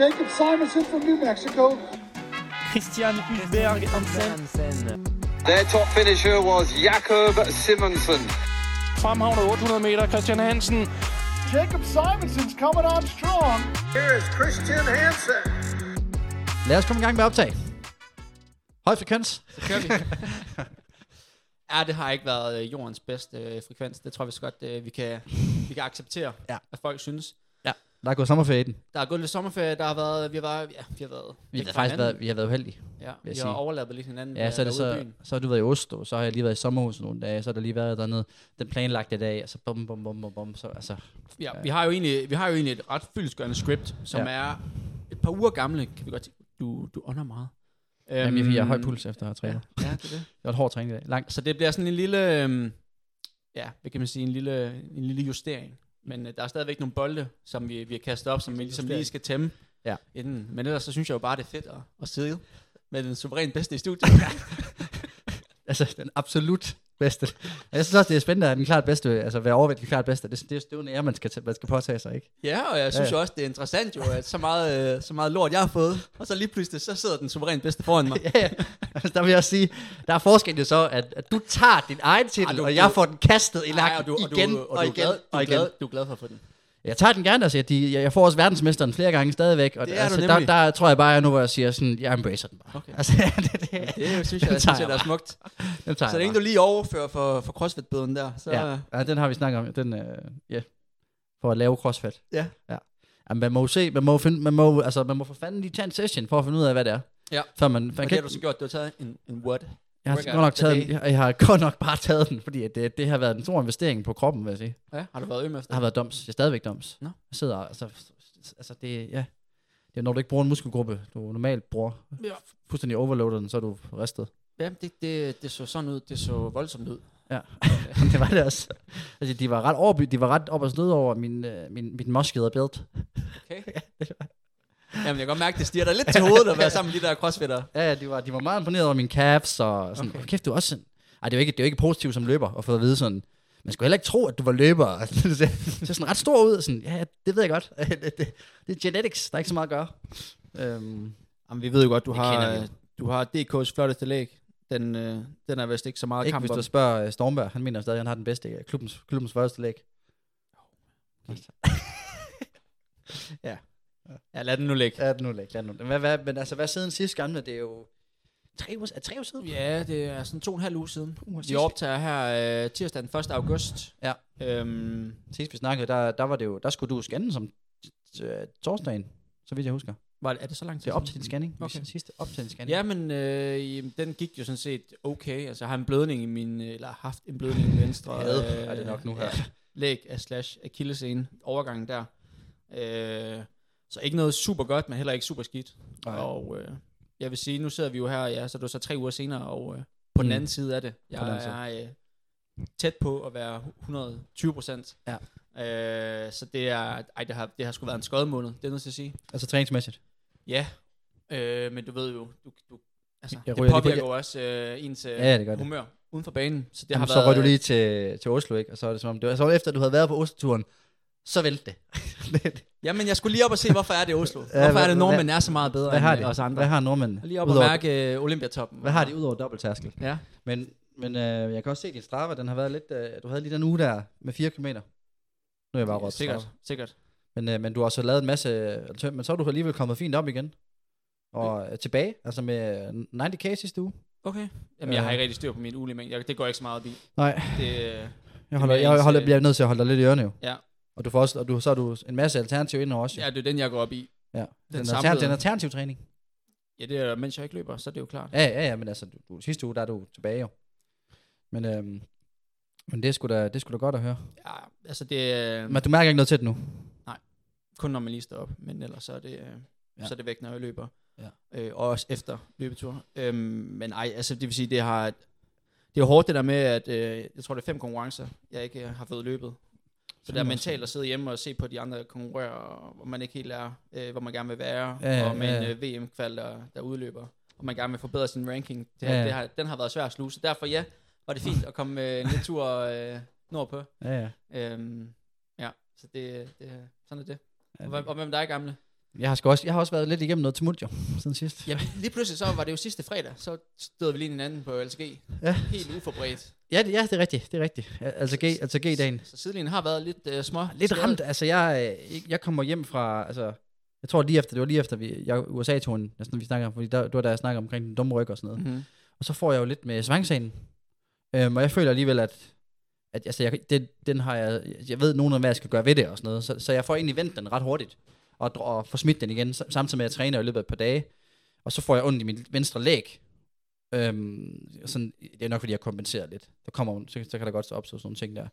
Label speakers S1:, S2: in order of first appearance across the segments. S1: Jacob Simonson from New Mexico.
S2: Christian Hulberg Hansen.
S3: Their top finisher was Jakob Simonsen.
S2: Fremhavner 800 meter, Christian Hansen.
S1: Jacob Simonson's coming on strong. Here is Christian Hansen.
S4: Lad os komme i gang med optag. Høj frekvens.
S5: Kører vi. ja, det har ikke været øh, jordens bedste øh, frekvens. Det tror jeg vist godt, øh, vi kan, vi kan acceptere,
S4: Ja.
S5: ja. at folk synes.
S4: Der er gået sommerferie i den.
S5: Der er gået lidt sommerferie, der har været, vi har været, ja, vi har været.
S4: Vi
S5: væk
S4: har
S5: fra
S4: faktisk
S5: hinanden.
S4: været, vi har været uheldige.
S5: ja, vi
S4: jeg
S5: har
S4: sige.
S5: overlappet lidt hinanden.
S4: Ja, så, er det
S5: derude i
S4: så,
S5: byen.
S4: så har du været i Oslo, så har jeg lige været i sommerhus nogle dage, så har der lige været dernede den planlagte dag, og så bum, bum, bum, bum, bum, så altså,
S5: Ja, vi har jo egentlig, vi har jo egentlig et ret fyldskørende script, som
S4: Ja.
S5: ja. er et par uger gamle, kan vi godt sige. Du, du ånder meget.
S4: jamen, jeg, jeg har høj
S5: Øhm,
S4: puls efter at have
S5: Ja,
S4: trænet. Ja.
S5: ja, det er det.
S4: Det var et hårdt træning i dag, langt.
S5: Så det bliver sådan en lille, øhm, ja, hvad kan man sige, en lille, en lille justering. Men øh, der er stadigvæk nogle bolde, som vi, vi har kastet op, som vi ligesom lige skal tæmme.
S4: Ja.
S5: Inden. Men ellers så synes jeg jo bare, det er fedt at, at sidde med den suverænt bedste i studiet.
S4: Altså, den absolut bedste. Og jeg synes også, det er spændende, at den klart bedste, altså være overvægtig klart bedste, det, det, er- det er jo en ære, man skal, tæ- man skal påtage sig, ikke?
S5: ja, og jeg synes
S4: Ja.
S5: jo også, det er interessant jo, at så meget, øh, så meget lort, jeg har fået, og så lige pludselig, så sidder den suverænt bedste foran mig.
S4: ja, ja. Altså, der vil jeg også sige, der er forskel jo så, at, at du tager din egen
S5: Ej,
S4: titel,
S5: du-
S4: og jeg
S5: du-
S4: får den kastet i
S5: Ej,
S4: nakken igen
S5: og, du er glad, du,
S4: og
S5: er
S4: igen.
S5: glad, du er glad for at få den.
S4: Jeg tager den gerne, altså. Jeg, de, jeg jeg får også verdensmesteren flere gange stadigvæk. Og
S5: Det er
S4: altså,
S5: du
S4: der,
S5: nemlig.
S4: der tror jeg bare, at nu hvor jeg siger sådan, jeg embracer den bare.
S5: Okay.
S4: Altså, det, det,
S5: Det synes
S4: Den
S5: jeg,
S4: tager
S5: jeg synes, jeg,
S4: jeg
S5: der er
S4: bare.
S5: smukt.
S4: den tager
S5: Så
S4: jeg
S5: længe du lige overfører for, for CrossFit-bøden der, så...
S4: bare. ja. ja, den har vi snakket om. Den, øh, ja, for at lave crossfit.
S5: Ja.
S4: ja. Jamen, man må jo se, man må, jo finde, man må, jo- altså, man må for fanden lige tage en session for at finde ud af, hvad det er.
S5: Ja.
S4: Før man, for
S5: Man og
S4: man
S5: det
S4: kan,
S5: har du så gjort, du har taget en, en word.
S4: jeg, har
S5: workout
S4: godt nok
S5: the
S4: taget,
S5: day.
S4: den- jeg, jeg har godt nok bare taget den, fordi at det, det har været en stor investering på kroppen, vil jeg sige.
S5: Ja, har du været øm
S4: Jeg
S5: efter?
S4: har været doms. Jeg er stadigvæk doms.
S5: Nå.
S4: Jeg sidder, altså, altså det, ja. Det er, når du ikke bruger en muskelgruppe, du normalt bruger.
S5: Ja.
S4: Fuldstændig overloader den, så er du ristet.
S5: Ja, det, det, det så sådan ud. Det så voldsomt ud.
S4: Ja, det var det også. Altså, de var ret, overby, de var ret op og stød over min, øh, min, mit musket og bælt.
S5: Okay. Jamen, jeg kan godt mærke, det stiger dig lidt til hovedet at være sammen med de der crossfitter.
S4: Ja, ja, de var, de var meget imponeret over mine calves og sådan, okay. kæft, du er også sådan. Ej, det er jo ikke, det er jo ikke positivt som løber at få at vide sådan, man skulle heller ikke tro, at du var løber. Altså, det ser det ser sådan ret stor ud. Sådan, ja, ja, det ved jeg godt. det, det, det, er genetics, der er ikke så meget at gøre. Øhm,
S5: Jamen, vi ved jo godt, du
S4: kender vi.
S5: du har DK's flotteste læg. Den, øh, den er vist ikke så meget
S4: ikke hvis du spørger øh, Stormberg, han mener stadig, at han har den bedste øh, klubbens, klubbens første læg.
S5: Ja, lad den nu ligge.
S4: Ja, nu læg, lad nu. Hvad, hvad, men altså, hvad siden sidste gamle, det er jo tre uger, er det tre uger siden?
S5: Ja, det er sådan to og en halv uge siden.
S4: uger
S5: Vi
S4: siden.
S5: optager her øh, tirsdag den 1. august.
S4: Ja.
S5: Øhm,
S4: Sidst vi snakkede, der, der var det jo, der skulle du scanne som øh, torsdagen, så vidt jeg husker.
S5: var, er det så lang tid?
S4: Det er op
S5: siden?
S4: til din scanning.
S5: Okay.
S4: Okay. Sidste op til din scanning.
S5: Ja, men øh, jamen, den gik jo sådan set okay. Altså, jeg har en blødning i min, øh, eller har haft en blødning i min venstre. øh,
S4: Ad, er det nok nu her.
S5: læg af slash akillescene, overgangen der. Øh, så ikke noget super godt, men heller ikke super skidt.
S4: Nej.
S5: Og øh, jeg vil sige, nu sidder vi jo her, ja, så er det var så tre uger senere, og øh, på den
S4: Mm.
S5: anden side af det, jeg
S4: den anden side.
S5: er øh, tæt på at være 120 procent.
S4: Ja.
S5: Øh, så det er, ej, det har, det har sgu været en skød måned, det er jeg nødt til at sige.
S4: Altså træningsmæssigt.
S5: Ja, øh, men du ved jo, du, du, altså,
S4: Jeg
S5: jeg det
S4: ryger lige på-
S5: påvirker jo også øh, ens øh,
S4: Ja, det gør det.
S5: humør uden for banen. Så det
S4: Jamen,
S5: har
S4: så
S5: været,
S4: røg du lige til, til Oslo, ikke? Og så er det som om, det var, så efter du havde været på Oslo-turen, så vælte det. det.
S5: Jamen, jeg skulle lige op og se, hvorfor er det Oslo? Hvorfor
S4: hvad-
S5: er
S4: hvad-
S5: det, nordmænd er så meget bedre
S4: Hvad har
S5: end
S4: de?
S5: øh, os andre?
S4: Hvad har nordmændene?
S5: Lige op og
S4: Udover-
S5: mærke øh, Olympiatoppen.
S4: Hvad har de udover dobbelttærskel?
S5: Ja.
S4: Men, men øh, jeg kan også se, at din strava, den har været lidt... Øh, du havde lige den uge der med 4 km. Nu er jeg bare råd
S5: sikkert, sikkert.
S4: Men, øh, men du har så lavet en masse... øh, tøm- Men så er du alligevel kommet fint op igen. Og øh, tilbage, altså med øh, 90k sidste uge.
S5: Okay. Jamen, jeg har ikke rigtig styr på min ugemængde. Jeg- Det går ikke så meget op i.
S4: Nej,
S5: Det, øh,
S4: jeg, holder,
S5: mere
S4: jeg,
S5: ens,
S4: holder,
S5: øh,
S4: bliver nødt til at holde dig lidt i ørene jo.
S5: ja.
S4: Og, du får også, og du, så har du en masse alternativ ind også.
S5: ja, det er den, jeg går op i.
S4: ja. Den, den,
S5: samlede-
S4: alternativ, den alternativ træning.
S5: Ja, det er, mens jeg ikke løber, så er det jo klart.
S4: Ja, ja, ja, men altså, du, du, sidste uge, der er du tilbage jo. Men, øhm, men det er sgu da, det er sgu da godt at høre.
S5: Ja, altså, det er
S4: Men du mærker ikke noget til det nu?
S5: kun, når man lige står op. Men ellers så er det, øh,
S4: Ja.
S5: ja. så er det væk, når jeg løber.
S4: Ja.
S5: Øh, og også efter løbetur. Øhm, men ej, altså, det vil sige, det har... Det er hårdt det der med, at øh, jeg tror, det er fem konkurrencer, jeg ikke øh, har fået løbet. Så det er
S4: Fandme
S5: mentalt at sidde hjemme og se på de andre konkurrere, og hvor man ikke helt er, øh, hvor man gerne vil være,
S4: Ja, ja,
S5: og med
S4: ja.
S5: en øh, VM-kval, der, der udløber, og man gerne vil forbedre sin ranking. Det,
S4: Ja, ja.
S5: ja. det har, den har været svær at sluge, så derfor ja, var det fint at komme øh, en lille tur øh, nordpå.
S4: Ja, ja.
S5: Øhm, ja, så det, det, sådan er det.
S4: ja
S5: Og, hvem- og hvem der er gamle?
S4: Jeg har, sgu også, jeg har også været lidt igennem noget tumult, jo, siden sidst.
S5: Ja, lige pludselig så var det jo sidste fredag, så stod vi lige hinanden på LCG.
S4: Ja.
S5: Helt uforberedt.
S4: Ja, det- ja, det er rigtigt, det er rigtigt. Al- Altså, G, altså G-dagen.
S5: Så sidelinjen har været lidt øh, små.
S4: Lidt ramt, altså jeg, øh, jeg kommer hjem fra, altså, jeg tror lige efter, det var lige efter, vi, jeg, USA tog en, altså, når vi snakker om, fordi der, det var da jeg snakkede omkring den dumme ryg og sådan noget.
S5: Mm-hmm.
S4: Og så får jeg jo lidt med svangsagen. Øhm, og jeg føler alligevel, at, at altså, jeg, den, den har jeg, jeg ved nogen om, hvad jeg skal gøre ved det og sådan noget. Så, så jeg får egentlig vendt den ret hurtigt og, dr- og får smidt den igen, sam- samtidig med at jeg træner i løbet af et par dage. Og så får jeg ondt i mit venstre læg. Øhm, sådan, det er nok, fordi jeg kompenserer lidt. Der kommer, så, så kan der godt opstå sådan nogle ting der.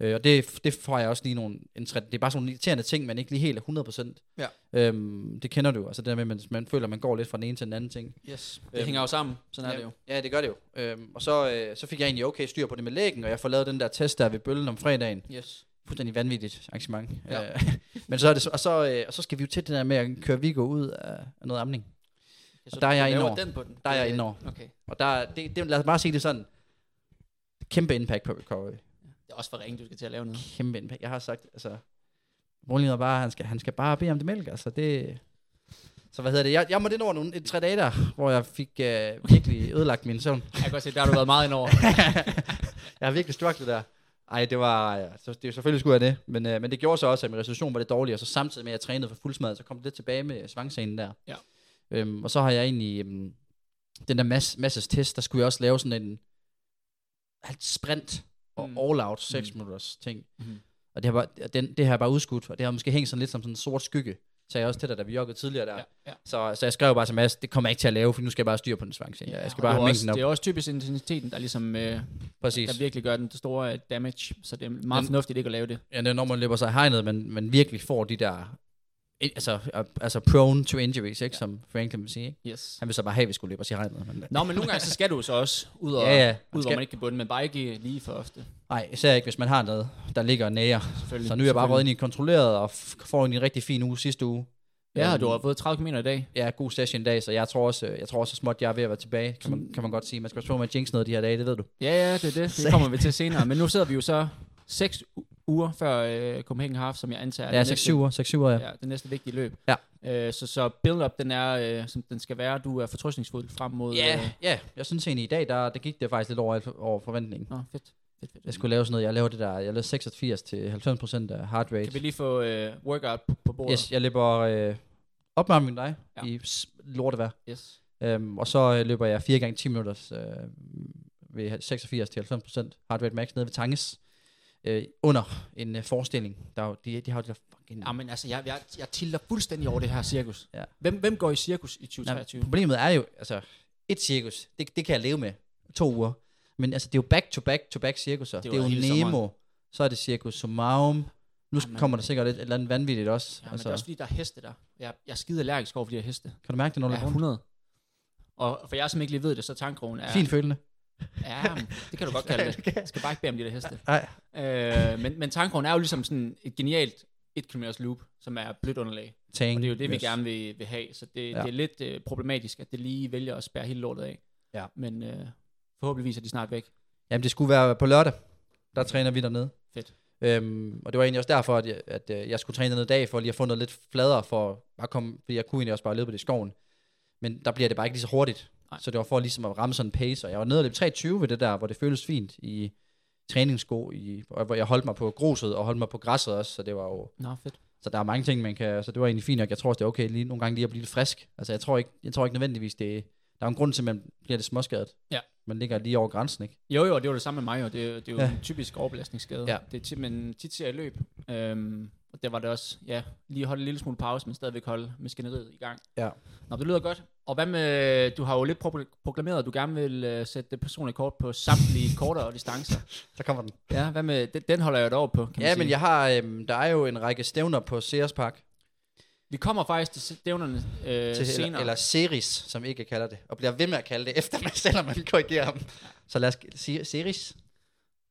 S4: Øh, og det, det får jeg også lige nogle, en træt, det er bare sådan nogle irriterende ting, man ikke lige helt er 100%.
S5: Ja.
S4: Øhm, det kender du jo, altså det der med, at man, man føler, at man går lidt fra den ene til den anden ting.
S5: Yes. Det
S4: Øhm,
S5: hænger jo sammen. Sådan er det jo.
S4: Ja, det gør det jo. Øhm, og så, øh, så fik jeg egentlig okay styr på det med lægen, og jeg får lavet den der test der ved bøllen om fredagen.
S5: Yes.
S4: Fuldstændig vanvittigt arrangement.
S5: Ja.
S4: Øh, men så er det, så- og, så, øh, og så skal vi jo til det der med at køre Vigo ud af, af noget amning.
S5: Ja, så
S4: der er
S5: du
S4: jeg
S5: laver
S4: indover.
S5: Den på den.
S4: Der er jeg
S5: Øh,
S4: indover.
S5: Okay.
S4: Og der, det, det, lad os bare sige det sådan. Kæmpe impact på recovery.
S5: Det er også for ringe, du skal til at lave noget.
S4: Kæmpe impact. Jeg har sagt, altså... Rolling er bare, han skal, han skal bare bede om det mælk, altså det... Så hvad hedder det? Jeg, jeg måtte ind over nogle, tre dage der, hvor jeg fik øh, virkelig ødelagt min søvn.
S5: Jeg kan godt se, der har du været meget indover.
S4: jeg har virkelig strugglet der. Ej, det var, ja, så, det, selvfølgelig skulle jeg det, men, øh, men det gjorde så også, at min resolution var lidt dårlig, og så samtidig med, at jeg trænede for fuldsmad, så kom det lidt tilbage med svangscenen der.
S5: Ja.
S4: Øhm, og så har jeg egentlig, øhm, den der mass, masses test, der skulle jeg også lave sådan en alt sprint og
S5: Mm.
S4: all out 6
S5: Mm.
S4: minutters ting.
S5: Mhm.
S4: Og det har, bare, og den, det har jeg bare udskudt, og det har måske hængt sådan lidt som sådan en sort skygge, sagde jeg også til dig, da vi joggede tidligere der.
S5: ja, ja.
S4: Så, så jeg skrev bare til Mads, det kommer jeg ikke til at lave, for nu skal jeg bare styre på den svangscene. Ja, jeg skal
S5: og
S4: bare
S5: det er
S4: have
S5: jo også,
S4: mængden op.
S5: Det er også typisk intensiteten, der ligesom øh,
S4: Præcis.
S5: der virkelig gør den store øh, damage, så det er meget
S4: Men-
S5: fornuftigt ikke at lave det.
S4: Ja, det er, når man løber sig i hegnet, men, men virkelig får de der, i- altså, altså prone to injuries, ikke, ja. som Franklin vil sige. Ikke?
S5: Yes.
S4: Han vil så bare have, at vi skulle løbe os i hegnet. Men,
S5: Nå, men nogle gange så skal du så også ud, og,
S4: Ja, ja. Man
S5: ud hvor
S4: skal-
S5: man ikke kan bunde, men bare ikke lige for ofte.
S4: nej, især ikke, hvis man har noget, der ligger nære.
S5: Selvfølgelig.
S4: Så nu er jeg bare røget
S5: Selvfølgelig.
S4: ind i en kontrolleret, og f- får en rigtig fin uge sidste uge.
S5: Ja, og
S4: Øhm,
S5: du har fået 30 km i dag.
S4: Ja, god session i dag, så jeg tror også, øh, jeg tror også så småt, jeg er ved at være tilbage, kan man, kan man godt sige. Man skal også prøve med at jinx noget de her dage, det ved du.
S5: Ja, ja, det er det. Det kommer vi til senere. Men nu sidder vi jo så 6 uger før øh, Copenhagen Half, som jeg antager er
S4: Ja,
S5: det
S4: 6-7
S5: næste-
S4: uger, 6-7 uger, ja.
S5: Ja, det næste vigtige løb.
S4: Ja.
S5: Øh, så, så build-up, den er, øh, som den skal være. Du er fortrystningsfuld frem mod... øh-
S4: Ja, ja, jeg synes egentlig i dag, der, der gik det faktisk lidt over, over forventningen.
S5: Nå, fedt. fedt, fedt.
S4: Jeg skulle lave sådan noget, jeg laver det der, jeg lavede 86 til 90% af heart rate.
S5: Kan vi lige få øh, workout på- på bordet?
S4: Yes, jeg løber øh, opvarmning dig
S5: Ja.
S4: ja. i s- lortevejr.
S5: yes.
S4: Øhm, og så øh, løber jeg 4 gange 10 minutter øh, ved 86 til 90 procent heart rate max nede ved Tanges. Øh, under en øh, forestilling. Der er jo, de, de har jo de der fucking...
S5: Jamen altså, jeg, jeg, jeg tilter fuldstændig over det her cirkus.
S4: Ja.
S5: Hvem, hvem går i cirkus i
S4: Nej,
S5: 2023?
S4: problemet er jo, altså, et cirkus, det, det kan jeg leve med. To uger. Men altså, det er jo back-to-back-to-back cirkusser.
S5: Det
S4: Det
S5: var
S4: er jo
S5: hele
S4: Nemo.
S5: sommeren.
S4: Så er det cirkus Sumaum. Nu
S5: Jamen.
S4: Jamen. kommer der sikkert et, et eller andet vanvittigt også.
S5: Ja, men det
S4: altså,
S5: er også fordi, der er heste der. Jeg, jeg er skide allergisk over for de her heste.
S4: Kan du mærke det, når du
S5: Ja,
S4: løber rundt?
S5: 100. Og for jeg som ikke lige ved det, så tankroen er...
S4: Fint følende.
S5: Ja, men det kan du godt kalde det. Jeg skal bare ikke bede om de der heste.
S4: Ej.
S5: Øh, men, men tankroen er jo ligesom sådan et genialt 1 km loop, som er blødt underlag.
S4: Tang.
S5: Og det er jo det, vi
S4: Yes.
S5: gerne vil, vil have. Så det, ja.
S4: Ja.
S5: det er lidt øh, problematisk, at det lige vælger at spærre hele lortet af.
S4: Ja.
S5: Men øh, forhåbentligvis er de snart væk.
S4: Jamen, det skulle være på lørdag. Der træner vi dernede.
S5: Mm. Fedt.
S4: Øhm, og det var egentlig også derfor, at jeg, at øh, jeg skulle træne dernede i dag, for lige at få noget lidt fladere, for at komme, fordi jeg kunne egentlig også bare løbe på det i skoven. Men der bliver det bare ikke lige så hurtigt.
S5: Nej.
S4: Nej. Så det var for ligesom at ramme sådan en pace, og jeg var nede og løb 23 ved det der, hvor det føles fint i træningssko, i, og hvor jeg holdt mig på gruset og holdt mig på græsset også, så det var jo,
S5: Nå, fedt.
S4: så der er mange ting, man kan, så det var egentlig fint nok. Jeg tror også, det er okay lige nogle gange lige at blive lidt frisk. Altså jeg tror ikke, jeg tror ikke nødvendigvis, det der er en grund til, at man bliver lidt småskadet.
S5: Ja.
S4: Man ligger lige over grænsen, ikke?
S5: Jo, jo, det var det samme med mig, og det, er jo- det er jo ja.
S4: Ja.
S5: en typisk overbelastningsskade.
S4: Ja.
S5: Det er tit, men tit ser jeg i løb, øhm, og der var det også, ja, lige holde en lille smule pause, men stadigvæk holde maskineriet i gang.
S4: Ja.
S5: Nå, det lyder godt. Og hvad med, du har jo lidt pro- proklameret, at du gerne vil øh, sætte det personlige kort på samtlige kortere distancer.
S4: Så kommer den.
S5: Ja, hvad med, den, den holder jeg dig over på, kan man
S4: Ja,
S5: sige.
S4: men jeg har, øhm, der er jo en række stævner på Ceres Park,
S5: Vi kommer faktisk til stævnerne øh,
S4: til,
S5: senere.
S4: eller, eller Ceres, som ikke kalder det, og bliver ved med at kalde det efter mig, selvom man korrigerer ham. Så lad os sige Ceres.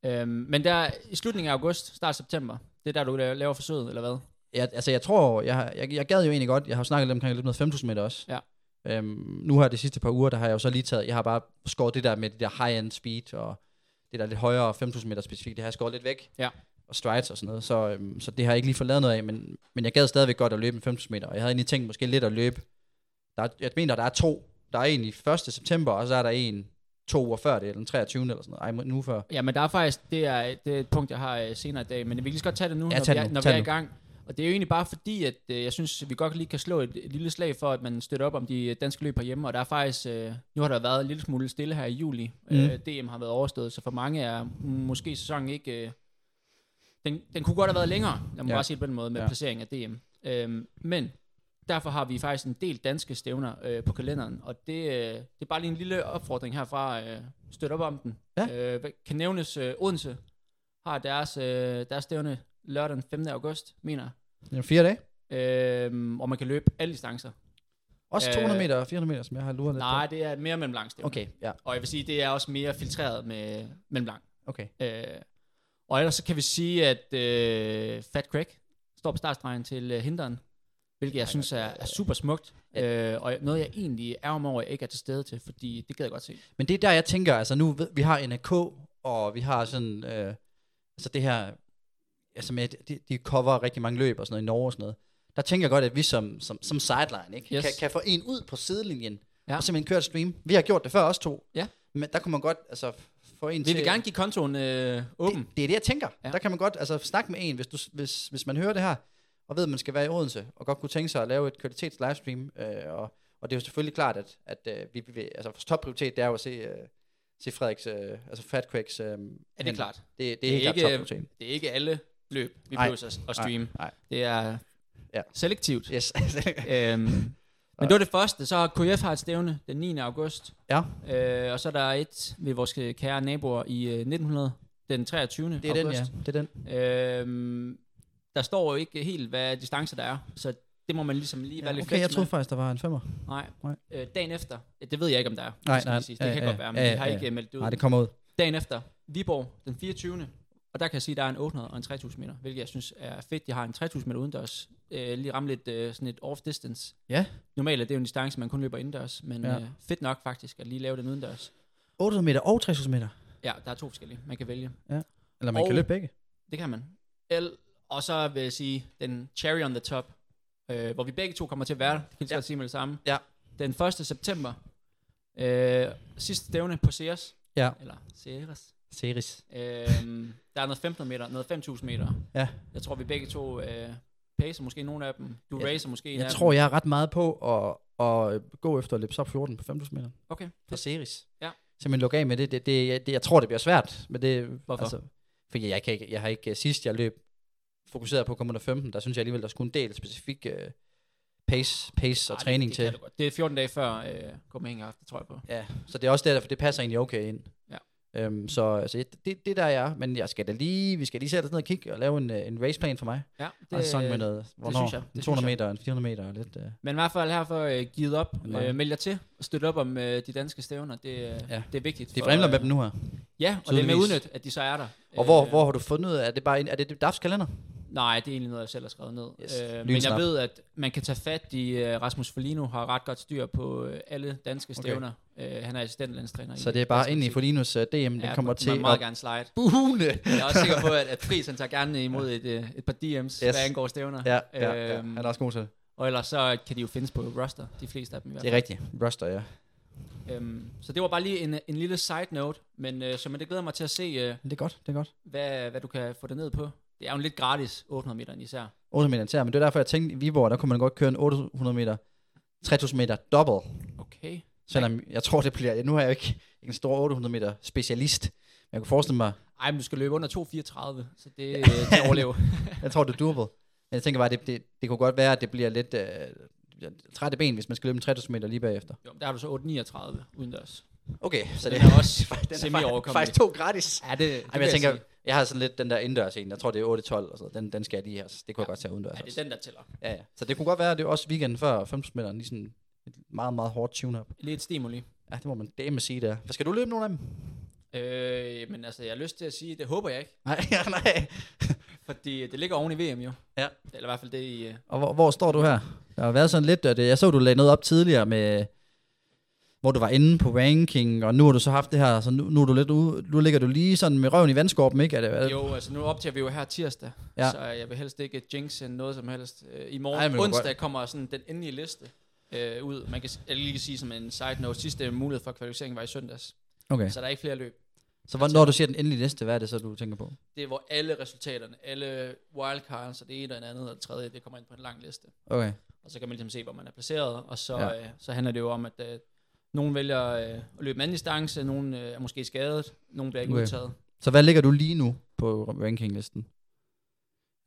S5: Øhm, men der i slutningen af august, start september, det er der, du la- laver forsøget, eller hvad?
S4: Jeg, altså, jeg tror, jeg, har- jeg, jeg gad jo egentlig godt, jeg har jo snakket lidt omkring lidt med 5.000 meter også.
S5: Ja.
S4: Øhm, nu har de sidste par uger, der har jeg jo så lige taget, jeg har bare skåret det der med det der high-end speed, og det der lidt højere 5.000 meter specifikt, det har jeg skåret lidt væk.
S5: Ja.
S4: og strides og sådan noget. Så, øhm, så det har jeg ikke lige fået lavet noget af, men, men jeg gad stadigvæk godt at løbe en 50 meter, og jeg havde egentlig tænkt måske lidt at løbe. Der er, jeg mener, der er to. Der er en i 1. september, og så er der en to uger før det, eller den 23. eller sådan noget. Ej, må- nu før.
S5: Ja, men der er faktisk, det er, det er et punkt, jeg har øh, senere i dag, men vi kan lige så godt tage det nu,
S4: Ja,
S5: når,
S4: tag
S5: vi
S4: det
S5: er,
S4: nu,
S5: når vi
S4: tag
S5: er i
S4: det nu.
S5: gang. Og det er jo egentlig bare fordi, at øh, jeg synes, vi godt lige kan slå et, et lille slag for, at man støtter op om de øh, danske løb herhjemme, og der er faktisk, øh, nu har der været en lille smule stille her i juli,
S4: Mhm.
S5: mm. øh, DM har været overstået, så for mange er måske sæsonen ikke, øh, den, den kunne godt have været længere, lad mig ja.
S4: Ja.
S5: bare sige det på den måde, med ja.
S4: Ja.
S5: placering af DM. Øhm, men derfor har vi faktisk en del danske stævner øh, på kalenderen, og det, øh, det er bare lige en lille opfordring herfra. Øh, støt op om den. Ja. Øh, hvad- kan nævnes øh, Odense har deres, øh, deres stævne lørdag den 5. august, mener jeg.
S4: Det er fire dage.
S5: Øhm, og man kan løbe alle distancer.
S4: Også
S5: Øh,
S4: 200 meter og 400 meter, som jeg har luret lidt
S5: Nej, det er mere mellemlang
S4: på.
S5: stævne.
S4: Okay, ja,
S5: Og jeg vil sige, det er også mere filtreret med mellemlang.
S4: okay.
S5: Øh, og ellers så kan vi sige, at øh, Fat Craig står på startstregen til øh, hinderen, hvilket jeg synes er, er super smukt. Øh, og noget, jeg egentlig er om over, jeg ikke er til stede til, fordi det gad jeg godt se.
S4: Men det er der, jeg tænker, altså nu, ved- vi har NRK, og vi har sådan, øh, altså det her, altså med, de, de cover rigtig mange løb og sådan noget i Norge og sådan noget. Der tænker jeg godt, at vi som, som, som sideline, ikke,
S5: Yes.
S4: yes. kan, kan få en ud på sidelinjen,
S5: Ja.
S4: ja. og simpelthen køre et stream. Vi har gjort det før, os to.
S5: Ja.
S4: Men der kunne man godt, altså, få en
S5: Vi
S4: til...
S5: vil gerne give kontoen øh, åben.
S4: Det, det er det, jeg tænker.
S5: Ja.
S4: Ja. Der kan man godt altså, snakke med en, hvis, du, hvis, hvis man hører det her, og ved, at man skal være i Odense, og godt kunne tænke sig at lave et kvalitets livestream. Øh, og, og det er jo selvfølgelig klart, at, at øh, vi, vi, altså, vores topprioritet det er jo at se, øh, se Frederiks, øh, altså Fat Quakes. Øh, ja, det
S5: er klart.
S4: Det, det, er helt klart topprioritet.
S5: det er ikke øh, alle løb, vi
S4: Nej.
S5: behøver at, at streame.
S4: nej.
S5: Det er ja.
S4: Ja.
S5: selektivt.
S4: Yes.
S5: Øhm, men det var det første. Så har KF har et stævne den 9. august.
S4: ja,
S5: Øh, og så er der et ved vores kære naboer i øh, 1900, den 23.
S4: det er den,
S5: august.
S4: ja. Det er den.
S5: Øhm, der står jo ikke helt, hvad distancer der er, så det må man ligesom lige være
S4: Ja,
S5: lidt
S4: okay, jeg
S5: flexibel
S4: troede faktisk, der var en femmer.
S5: med. Nej,
S4: Nej.
S5: Øh, dagen efter, øh, det ved jeg ikke, om der er.
S4: Nej,
S5: skal
S4: nej,
S5: lige siges. Det
S4: ja,
S5: kan
S4: ja,
S5: godt være, men
S4: ja,
S5: vi har
S4: ja,
S5: ikke øh, meldt det ud.
S4: Nej, det kommer ud.
S5: Dagen efter, Viborg, den 24. Og der kan jeg sige, at der er en 800 og en 3000 meter, hvilket jeg synes er fedt. Jeg har en 3000 meter udendørs. Øh, lige ramme lidt øh, sådan et off distance.
S4: Ja.
S5: Normalt er det jo en distance, man kun løber indendørs, men ja.
S4: Ja.
S5: øh, fedt nok faktisk at lige lave den udendørs.
S4: 800 meter og 300 meter.
S5: Ja, der er to forskellige, man kan vælge.
S4: Eller man
S5: Og-
S4: og... kan løbe begge.
S5: Det kan man. El, og så vil jeg sige, den cherry on the top, øh, hvor vi begge to kommer til at være, det kan jeg ja.
S4: Ja.
S5: godt sige med det samme.
S4: Ja.
S5: Den 1. september, øh, sidste stævne på Ceres,
S4: Ja.
S5: eller Ceres,
S4: Series.
S5: øh, der er noget 15 meter, noget 5.000 meter.
S4: Ja.
S5: Jeg tror, vi begge to øh, pacer måske nogle af dem, du
S4: Jeg-
S5: racer måske en
S4: Jeg
S5: af
S4: tror,
S5: dem.
S4: jeg er ret meget på at, at gå efter at løbe sub 14 på 5.000 meter.
S5: Okay,
S4: for Ceres.
S5: Ja.
S4: Simpelthen lukke af med det. Det, det, jeg, det. Jeg tror, det bliver svært. Men det, altså,
S5: Hvorfor?
S4: fordi jeg, kan ikke, jeg har ikke øh, sidst, jeg løb fokuseret på at komme under 15, der synes jeg alligevel, der skulle en del specifik uh, pace, pace og
S5: Ej,
S4: træning
S5: det, det, kan
S4: til.
S5: du godt. det er 14 dage før øh, Copenhagen har haft, det tror jeg på.
S4: Ja, så det er også derfor, det passer egentlig okay ind.
S5: Ja.
S4: Øhm, så altså, det, det, det der jeg er, men jeg skal da lige, vi skal lige sætte os ned og kigge og lave en, øh, en raceplan for mig.
S5: Ja, det,
S4: Det, og sådan med noget, hvornår,
S5: synes jeg, det
S4: en
S5: synes
S4: 200
S5: jeg.
S4: meter, en 400 meter og lidt. Øh.
S5: Men i hvert fald herfor øh, givet op,
S4: Nej.
S5: øh, meld jer til, og støt op om øh, de danske stævner, det, øh, ja.
S4: Ja.
S5: det er vigtigt.
S4: De
S5: for,
S4: vrimler
S5: øh,
S4: med dem nu her.
S5: Ja, og det er med
S4: Tydeligvis.
S5: udnyt, at de så er der.
S4: Og hvor, hvor har du fundet ud af, er det bare en, er det, det DAFs kalender?
S5: Nej, det er egentlig noget, jeg selv har skrevet ned.
S4: Yes,
S5: Øh, men jeg
S4: lynsnap.
S5: ved, at man kan tage fat i øh, Rasmus Folino, har ret godt styr på øh, alle danske
S4: Okay.
S5: stævner. Øh, han er assistentlandstræner.
S4: Så det er bare ind i Folinos uh, DM, den
S5: Ja,
S4: kommer til
S5: Man
S4: at
S5: må meget gerne slide.
S4: bune.
S5: Jeg er også sikker på, at, at Friis han tager gerne imod et, øh, et par DM's, yes. hvad angår stævner.
S4: Ja, ja, ja.
S5: Øhm,
S4: han er også god til det.
S5: Og ellers så kan de jo findes på roster, de fleste af dem i hvert
S4: Det
S5: fald.
S4: er rigtigt. Ruster, ja.
S5: Øhm, så det var bare lige en, en lille side note, men øh, så men det glæder mig til at se, øh,
S4: Det er godt, det er godt.
S5: hvad, hvad du kan få det ned på. Det er jo en lidt gratis 800 meter især.
S4: 800 meter især, men det er derfor, jeg tænkte, i Viborg, der kunne man godt køre en 800 meter, 3000 meter double.
S5: Okay.
S4: Selvom jeg tror, det bliver, nu er jeg jo ikke en stor 800 meter specialist, men jeg kunne forestille mig,
S5: Ej, men du skal løbe under 2,34, så det øh, kan jeg overleve.
S4: jeg tror, det er doable. Men jeg tænker bare, det, det, det kunne godt være, at det bliver lidt øh, trætte ben, hvis man skal løbe en 3000 meter lige bagefter.
S5: Jo, men der har du så 8,39 udendørs.
S4: Okay, så det
S5: den er også
S4: er
S5: semi-overkommelig.
S4: faktisk to gratis.
S5: Ja, det, det
S4: Ej,
S5: vil
S4: men jeg tænker,
S5: sige.
S4: jeg har sådan lidt den der indendørs en, jeg tror det er 8-12, og sådan, den, den skal jeg lige her, så det kunne jeg godt tage udendørs.
S5: Ja, det er den, der tæller.
S4: Ja, ja. Så det kunne godt være, at det var også weekenden før 50 meter, lige sådan et meget, meget hårdt tune-up.
S5: Lige et stimuli.
S4: Ja, det må man dame sige, der. Hvad skal du løbe nogle af dem?
S5: Øh, men altså, jeg har lyst til at sige, det håber jeg ikke,
S4: Nej, ja, nej.
S5: fordi det ligger oven i VM jo.
S4: Ja.
S5: Eller i hvert fald det i... Øh,
S4: Og hvor, hvor står du her? Der har været sådan lidt, at øh, jeg så, du lagde noget op tidligere med, hvor du var inde på ranking, og nu har du så haft det her, så nu, nu, er du lidt ude, nu ligger du lige sådan med røven i vandskorpen, ikke? Er det, er det?
S5: Jo, altså nu optager vi jo her tirsdag,
S4: Ja.
S5: ja. så jeg vil helst ikke jinxe noget som helst. Øh, I morgen
S4: Ej,
S5: Ej,
S4: men du
S5: onsdag
S4: godt-
S5: kommer sådan den endelige liste øh, ud. Man kan, s- jeg lige kan sige som en side note, sidste mulighed for kvalificering var i søndags,
S4: Okay.
S5: ja. så der er ikke flere løb.
S4: Så hvor, når du siger den endelige liste, hvad er det så, du tænker på?
S5: Det er, hvor alle resultaterne, alle wildcards, og det ene og det andet og det tredje, det kommer ind på en lang liste.
S4: Okay.
S5: Og så kan man ligesom se, hvor man er placeret, og så,
S4: Ja.
S5: ja. øh, så handler det jo om, at øh, nogen vælger øh, at løbe en anden distance, nogen øh, er måske skadet, nogen bliver ikke
S4: Okay.
S5: okay. udtaget.
S4: Så hvad ligger du lige nu på rankinglisten?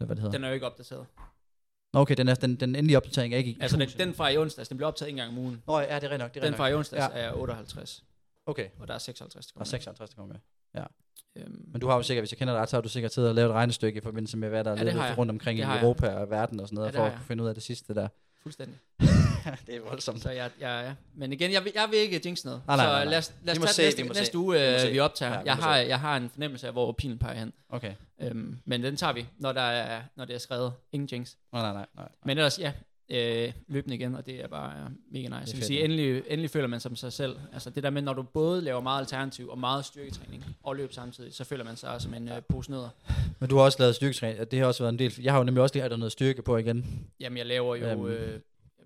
S4: Eller hvad det hedder?
S5: Den er jo ikke opdateret.
S4: Nå, Okay, den, er, den, den endelige opdatering er ikke i
S5: Altså den,
S4: tusind.
S5: den fra i onsdags, den bliver optaget en gang om ugen.
S4: Nå, ja, det er rent nok. Det er
S5: Den
S4: rent nok.
S5: fra i onsdags
S4: Ja.
S5: ja. er 58,
S4: Okay.
S5: og der er 56. der kommer
S4: Og
S5: ind.
S4: 56, der kommer med.
S5: Øhm,
S4: Men du har jo sikkert, hvis jeg kender dig ret, så har du sikkert siddet og lavet et regnestykke i forbindelse med, hvad der er
S5: Ja, det har
S4: ledet
S5: jeg.
S4: rundt omkring i
S5: Det har jeg.
S4: Europa og verden og sådan noget,
S5: Ja, det
S4: for
S5: har
S4: at
S5: jeg.
S4: kunne finde ud af det sidste der.
S5: fuldstændig.
S4: det er voldsomt.
S5: Så jeg, jeg, jeg, men igen, jeg, vil- jeg vil ikke jinx noget.
S4: Nej, nej, nej, nej.
S5: Så lad os, lad
S4: Vi
S5: os
S4: må
S5: tage se,
S4: se, vi
S5: næste,
S4: må
S5: næste
S4: se.
S5: uge,
S4: Vi må
S5: øh,
S4: se.
S5: vi, optager.
S4: Ja, vi
S5: jeg,
S4: må
S5: har, jeg har en fornemmelse af, hvor pilen peger hen.
S4: Okay.
S5: Øhm, men den tager vi, når, der er, når det er skrevet. Ingen jinx.
S4: Nå, nej, nej, nej.
S5: Men ellers, ja, øh, løbende igen, og det er bare øh, mega nice.
S4: fedt,
S5: Det vil sige,
S4: ja.
S5: endelig, endelig føler man som sig selv. Altså det der med, når du både laver meget alternativ og meget styrketræning og løb samtidig, så føler man sig som en øh, pose nødder.
S4: Men du har også lavet styrketræning, og det har også været en del. Jeg har jo nemlig også lært noget styrke på igen,
S5: Jamen jeg laver jo,
S4: Jamen.
S5: øh, hvad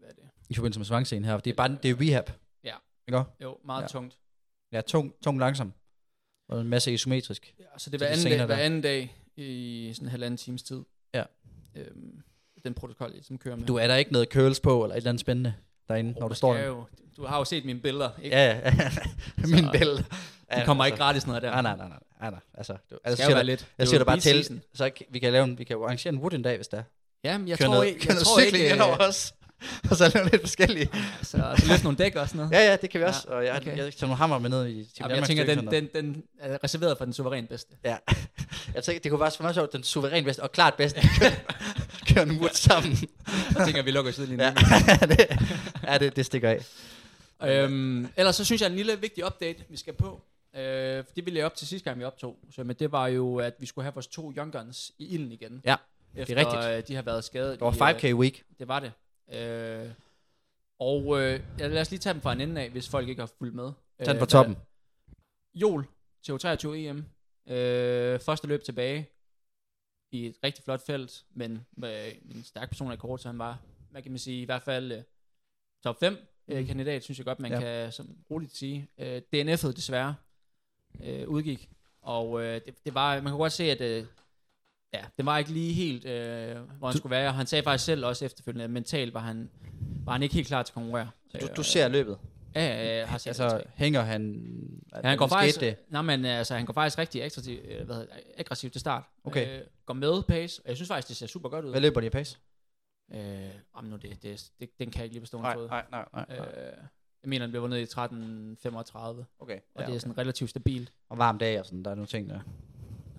S5: er det?
S4: i forbindelse med svangscenen her. Det er bare det er rehab.
S5: Ja.
S4: Ikke også?
S5: Jo, meget
S4: Ja.
S5: ja. tungt.
S4: Ja, tung, tung langsom. Og en masse isometrisk.
S5: Ja, så Altså, det er
S4: Så
S5: hver anden,
S4: det senere
S5: dag,
S4: der.
S5: hver anden dag i sådan en halvanden times tid.
S4: Ja.
S5: Øhm, den protokol, jeg som kører med.
S4: Du er der ikke noget curls på, eller et eller andet spændende derinde, oh, når du
S5: man
S4: står
S5: skal
S4: der.
S5: jo, du har jo set mine billeder, ikke?
S4: Ja, ja. Min bæl.
S5: det kommer ikke gratis noget der.
S4: Nej, nej, nej, nej, nej, nej. Altså, du,
S5: skal
S4: altså, siger
S5: jo
S4: der-
S5: være lidt.
S4: Jeg
S5: er
S4: siger
S5: jo
S4: det bare
S5: preseason.
S4: til, så kan- vi kan, lave en, vi kan jo arrangere en wood en dag, hvis der. er.
S5: Jamen, jeg
S4: Køre
S5: tror,
S4: noget,
S5: ikke,
S4: køre
S5: jeg
S4: noget
S5: tror
S4: cykling
S5: ikke, øh,
S4: henover os. Og så lave lidt forskellige.
S5: så, så løfte nogle dæk og sådan noget.
S4: Ja, ja, det kan vi
S5: Ja,
S4: også. Og jeg, okay.
S5: okay.
S4: jeg tager nogle hammer med ned i Team
S5: Jamen, jeg
S4: Danmarks
S5: tænker,
S4: styrke
S5: den,
S4: og sådan
S5: den, den er reserveret for den suverænt bedste.
S4: noget. Ja. Jeg tænker, det kunne faktisk være meget sjovt, den suveræn bedste og klart bedste. Køre en wood sammen.
S5: Jeg tænker, vi lukker sidelinjen.
S4: ja,
S5: Ja.
S4: det, ja det, det stikker af.
S5: Øhm, ellers så synes jeg, en lille vigtig update, vi skal på. Øh, for det ville jeg op til sidste gang, vi optog. Så, men det var jo, at vi skulle have vores to Young Guns i ilden igen.
S4: Ja,
S5: det
S4: er rigtigt.
S5: Øh, de har været skadet.
S4: Det var
S5: i,
S4: 5K week.
S5: Øh, det var det. Øh, og øh, ja, lad os lige tage dem fra en ende af, hvis folk ikke har fulgt med.
S4: Tag den
S5: Øh,
S4: på toppen.
S5: Jol, TO23 EM. E Øh, første løb tilbage i et rigtig flot felt, men med en stærk person i kort, så han var, hvad kan man sige, i hvert fald øh, top 5 øh, kandidat, synes jeg godt, man
S4: Mm. Ja.
S5: ja. kan som roligt sige. Øh, DNF'et desværre øh, udgik, og øh, det, det var, man kunne godt se, at øh, ja, det var ikke lige helt, øh, hvor han
S4: Du-
S5: skulle være, og han sagde faktisk selv også efterfølgende, at mentalt var han, var han ikke helt klar til at konkurrere.
S4: Du,
S5: Øh,
S4: du ser løbet.
S5: Ja, ja, ja, har set
S4: Altså,
S5: det.
S4: hænger han...
S5: Ja, han går
S4: skete
S5: faktisk,
S4: Det.
S5: nej, men, altså, han går faktisk rigtig aggressiv, øh, hvad hedder, det, aggressiv til start.
S4: Okay.
S5: Øh, går med pace, og jeg synes faktisk, det ser super godt ud.
S4: Hvad løber de i pace?
S5: Øh, jamen nu, det, det, det, den kan jeg ikke lige bestå en
S4: Nej,
S5: fod.
S4: nej, nej, nej. nej.
S5: Øh, jeg mener, den blev vundet i 13.35, og ja,
S4: Okay. Ja,
S5: det er
S4: okay.
S5: sådan relativt stabilt,
S4: Og varm dag og sådan, der er nogle ting der.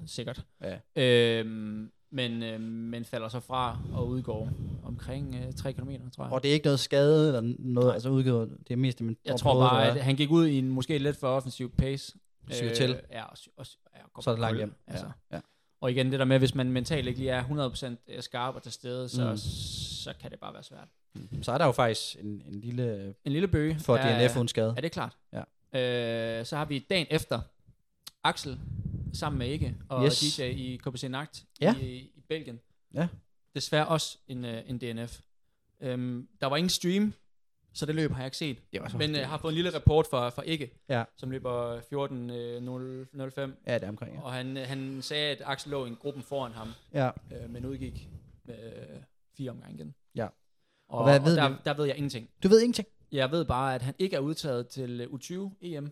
S5: sikkert.
S4: Ja.
S5: Øhm, men, øh, men falder så fra og udgår omkring øh, 3 km, tror jeg.
S4: Og det er ikke noget skade eller noget, altså udgivet, det er mest det, man
S5: Jeg tror bare, at han gik ud i en måske lidt for offensiv pace. Øh,
S4: Syr til.
S5: Ja, og, sy- og, sy- ja, og går
S4: Så er det
S5: på
S4: langt
S5: kul, altså.
S4: hjem. Ja, ja.
S5: Og igen det der med, hvis man mentalt ikke lige er 100% skarp og til stede, så,
S4: Mm.
S5: mm. så kan det bare være svært.
S4: Så er der jo faktisk en, en lille
S5: En lille bøge.
S4: for
S5: er,
S4: DNF uden skade.
S5: Er det klart?
S4: Ja.
S5: Øh, så har vi dagen efter Axel sammen med Ikke og
S4: Yes.
S5: yes. DJ i KBC Nagt
S4: Ja.
S5: i, i Belgien.
S4: Ja.
S5: Desværre også en, øh, en DNF. Øhm, der var ingen stream, så det løb har jeg ikke set.
S4: Det var så-
S5: Men øh, har fået en lille rapport fra, fra Ikke,
S4: Ja.
S5: som løber 14.05. Øh,
S4: Ja, det er omkring,
S5: ja.
S4: ja.
S5: Og han, øh, han sagde, at Axel lå i en gruppen foran ham,
S4: ja.
S5: øh, men udgik øh, fire omgange igen.
S4: Ja.
S5: Og,
S4: Og
S5: og,
S4: hvad
S5: hvad
S4: ved
S5: og der,
S4: vi?
S5: der ved jeg ingenting.
S4: Du ved ingenting.
S5: Jeg ved bare, at han ikke er udtaget til øh, U20 EM.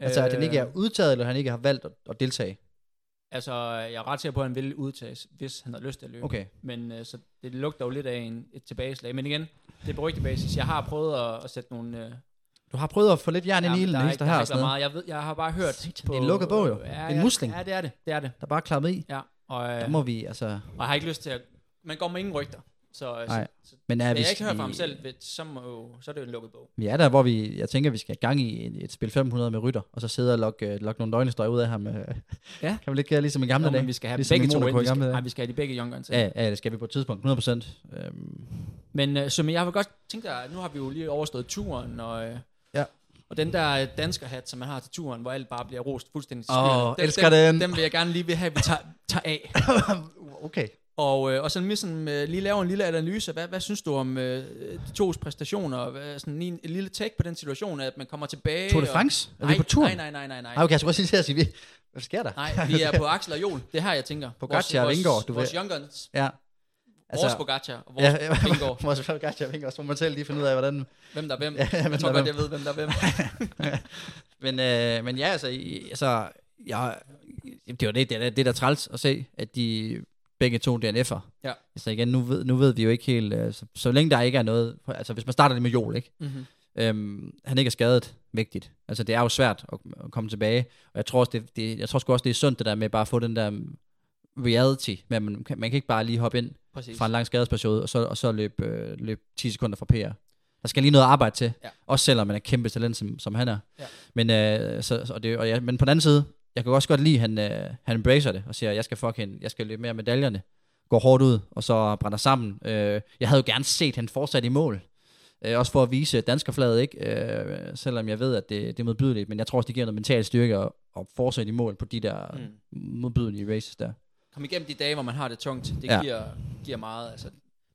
S4: Altså, at han
S5: Øh,
S4: ikke er udtaget, eller han ikke har valgt at, at deltage.
S5: Altså, jeg er ret sikker på, at han vil udtages, hvis han har lyst til at løbe.
S4: Okay.
S5: Men øh, så det lugter jo lidt af en, et tilbageslag. Men igen, det er på rigtig basis. Jeg har prøvet at, at sætte nogle... Øh,
S4: Du har prøvet at få lidt jern ind i
S5: jamen,
S4: ilden,
S5: der er ikke,
S4: hister
S5: der
S4: her
S5: er
S4: og
S5: ikke
S4: sådan
S5: været
S4: noget.
S5: meget. Jeg, ved, jeg har bare hørt
S4: det er en lukket bog jo. Det er en
S5: ja,
S4: musling.
S5: Ja, det er det. Det er det.
S4: Der er bare klappet i.
S5: Ja, og,
S4: Der
S5: øh,
S4: må vi, altså...
S5: og jeg har ikke lyst til at... Man går med ingen rygter. Så, øh, så,
S4: Nej.
S5: så
S4: Men er
S5: ja,
S4: vi,
S5: jeg ikke hører fra ham
S4: vi-
S5: selv, ved- så, må, jo- så er det jo en lukket bog.
S4: Vi er der, hvor vi... Jeg tænker, vi skal have gang i et, et spil 500 med rytter, og så sidde og lokke, øh, lokke nogle nøglestrøg ud af ham. øh.
S5: Ja.
S4: Kan vi ikke gøre ligesom i gamle
S5: Nå,
S4: dage?
S5: men vi skal have
S4: ligesom
S5: begge
S4: i
S5: to ind.
S4: Monaco i
S5: Vi skal,
S4: gamle
S5: nej,
S4: dage.
S5: vi skal have de begge young guns ind.
S4: Ja, ja, det skal vi på et tidspunkt, 100%. Øhm,
S5: Men øh, som jeg vil godt tænke dig, nu har vi jo lige overstået turen, og, øh,
S4: Ja.
S5: Og den der øh, danskerhat, som man har til turen, hvor alt bare bliver rost fuldstændig til
S4: Åh,
S5: skyerne,
S4: elsker
S5: den,
S4: den.
S5: den vil jeg gerne lige vil have, at vi tager, tager af.
S4: okay.
S5: Og, øh, og sådan, lige, sådan øh, lige lave en lille analyse. Hvad, hvad synes du om øh, de tos præstationer? Og Hvad, sådan lige en, en lille take på den situation, at man kommer tilbage.
S4: Tour de
S5: og-
S4: France? Er vi
S5: Nej,
S4: på tur?
S5: Nej, nej, nej, nej. nej.
S4: Ah, okay, jeg skulle også lige til at sige, vi... hvad sker der?
S5: Nej, vi er på Axel og Jol. Det er her, jeg tænker.
S4: Pogacar og
S5: vores,
S4: Vingegaard, du
S5: du vores
S4: ved.
S5: Young Guns,
S4: Ja.
S5: altså, vores Pogacar og
S4: ja,
S5: vores
S4: ja,
S5: ja, Vingegaard.
S4: vores Pogacar og Vingegaard, så må man selv lige finde ud af, hvordan...
S5: Hvem der er hvem.
S4: Ja, hvem
S5: jeg
S4: der
S5: tror
S4: er
S5: godt,
S4: hvem.
S5: jeg ved, hvem der er hvem.
S4: Men, øh, men ja, altså, i- altså jeg, det var det, det, er- det er da træls at se, at de begge to DNF'er.
S5: Ja.
S4: Altså igen, nu ved, nu ved vi jo ikke helt, øh, så, så længe der ikke er noget, altså hvis man starter det med Joel, ikke?
S5: Mhm.
S4: Øhm, han ikke er skadet, vigtigt. Altså det er jo svært at, at komme tilbage, og jeg tror, også, det, det, jeg tror sgu også, det er sundt det der med bare at få den der mm, reality, men man, kan- man kan ikke bare lige hoppe ind
S5: Præcis.
S4: fra en lang skadesperiode, og så, og så løbe, øh, løbe 10 sekunder fra PR. Der skal lige noget arbejde til,
S5: Ja.
S4: også selvom man er kæmpe talent, som, som han er.
S5: Ja.
S4: Men, øh, så, så- og det, og jeg, men på den anden side, jeg kan også godt lide, at han, øh, han embracer det, og siger, jeg skal fucking, jeg skal løbe mere medaljerne, går hårdt ud, og så brænder sammen. Øh, jeg havde jo gerne set, at han fortsat i mål. Øh, også for at vise danskerflaget, ikke? Øh, selvom jeg ved, at det, det er modbydeligt, men jeg tror også, det giver noget mental styrke at, at fortsætte i mål på de der mm. modbydelige races der.
S5: Kom igennem de dage, hvor man har det tungt. Det
S4: Ja.
S5: ja. giver, giver meget. Altså,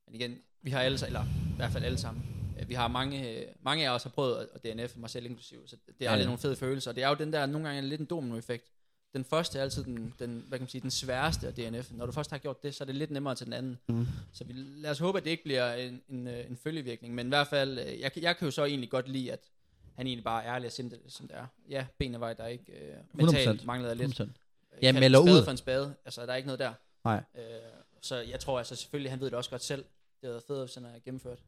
S5: men igen, vi har alle, eller i hvert fald alle sammen, øh, vi har mange, øh, mange af os har prøvet at- at DNF, mig selv inklusiv, så det er
S4: Ja,
S5: aldrig
S4: ja.
S5: nogle fede følelser. Og det er jo den der, nogle gange er det lidt en dominoeffekt. Den første er altid den, den, hvad kan man sige, den sværeste af DNF. Når du først har gjort det, så er det lidt nemmere til den anden. Mm. Så vi, lad os håbe, at det ikke bliver en, en, øh, en følgevirkning. Men i hvert fald, øh, jeg, kan- jeg kan jo så egentlig godt lide, at han egentlig bare er ærlig og simpel, som det er. Ja, benene var der ikke. Øh, mentalt
S4: 100%.
S5: manglede jeg lidt.
S4: 100%. Ja,
S5: Ja, kalde
S4: melder
S5: en spade
S4: ud.
S5: for en spade. Altså, der er ikke noget der.
S4: Nej.
S5: Øh, så jeg tror altså selvfølgelig, han ved det også godt selv. Det havde fedt, hvis han er gennemført.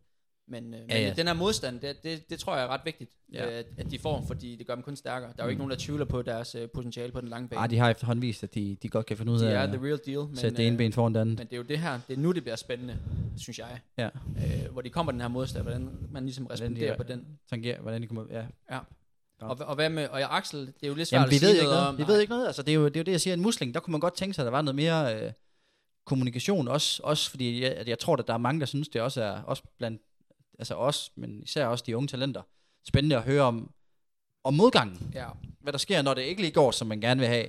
S5: Men, øh, men
S4: Ja,
S5: ja,
S4: ja.
S5: ja. den her modstand, det, det, det tror jeg er ret vigtigt,
S4: Ja. Mm.
S5: ja. øh, at de får, fordi det gør dem kun stærkere. Der er jo ikke nogen, der tvivler på deres øh, potentiale på den lange bane.
S4: Ah, de har efterhånden vist, at de, de godt kan finde ud
S5: de
S4: af
S5: er
S4: at
S5: the real deal, men, øh,
S4: sætte det ene ben foran det andet.
S5: men det er jo det her, det er nu, det bliver spændende, synes jeg.
S4: Ja.
S5: Øh, hvor de kommer den her modstand, hvordan man ligesom responderer på den.
S4: Tangerer, hvordan de kommer... Ja.
S5: Ja.
S4: Ja.
S5: Og, og hvad med, og jeg, Axel, det er jo lidt svært
S4: Jamen, vi
S5: at sige
S4: ved ikke
S5: noget
S4: noget.
S5: om.
S4: vi ved ikke noget. Altså, det, er jo, det er jo det, jeg siger. En musling, der kunne man godt tænke sig, at der var noget mere øh, kommunikation. Også, også fordi jeg, at jeg tror, at der er mange, der synes, det også er også blandt altså os, men især også de unge talenter. Spændende at høre om, om modgangen.
S5: Ja,
S4: hvad der sker, når det ikke lige går, som man gerne vil have.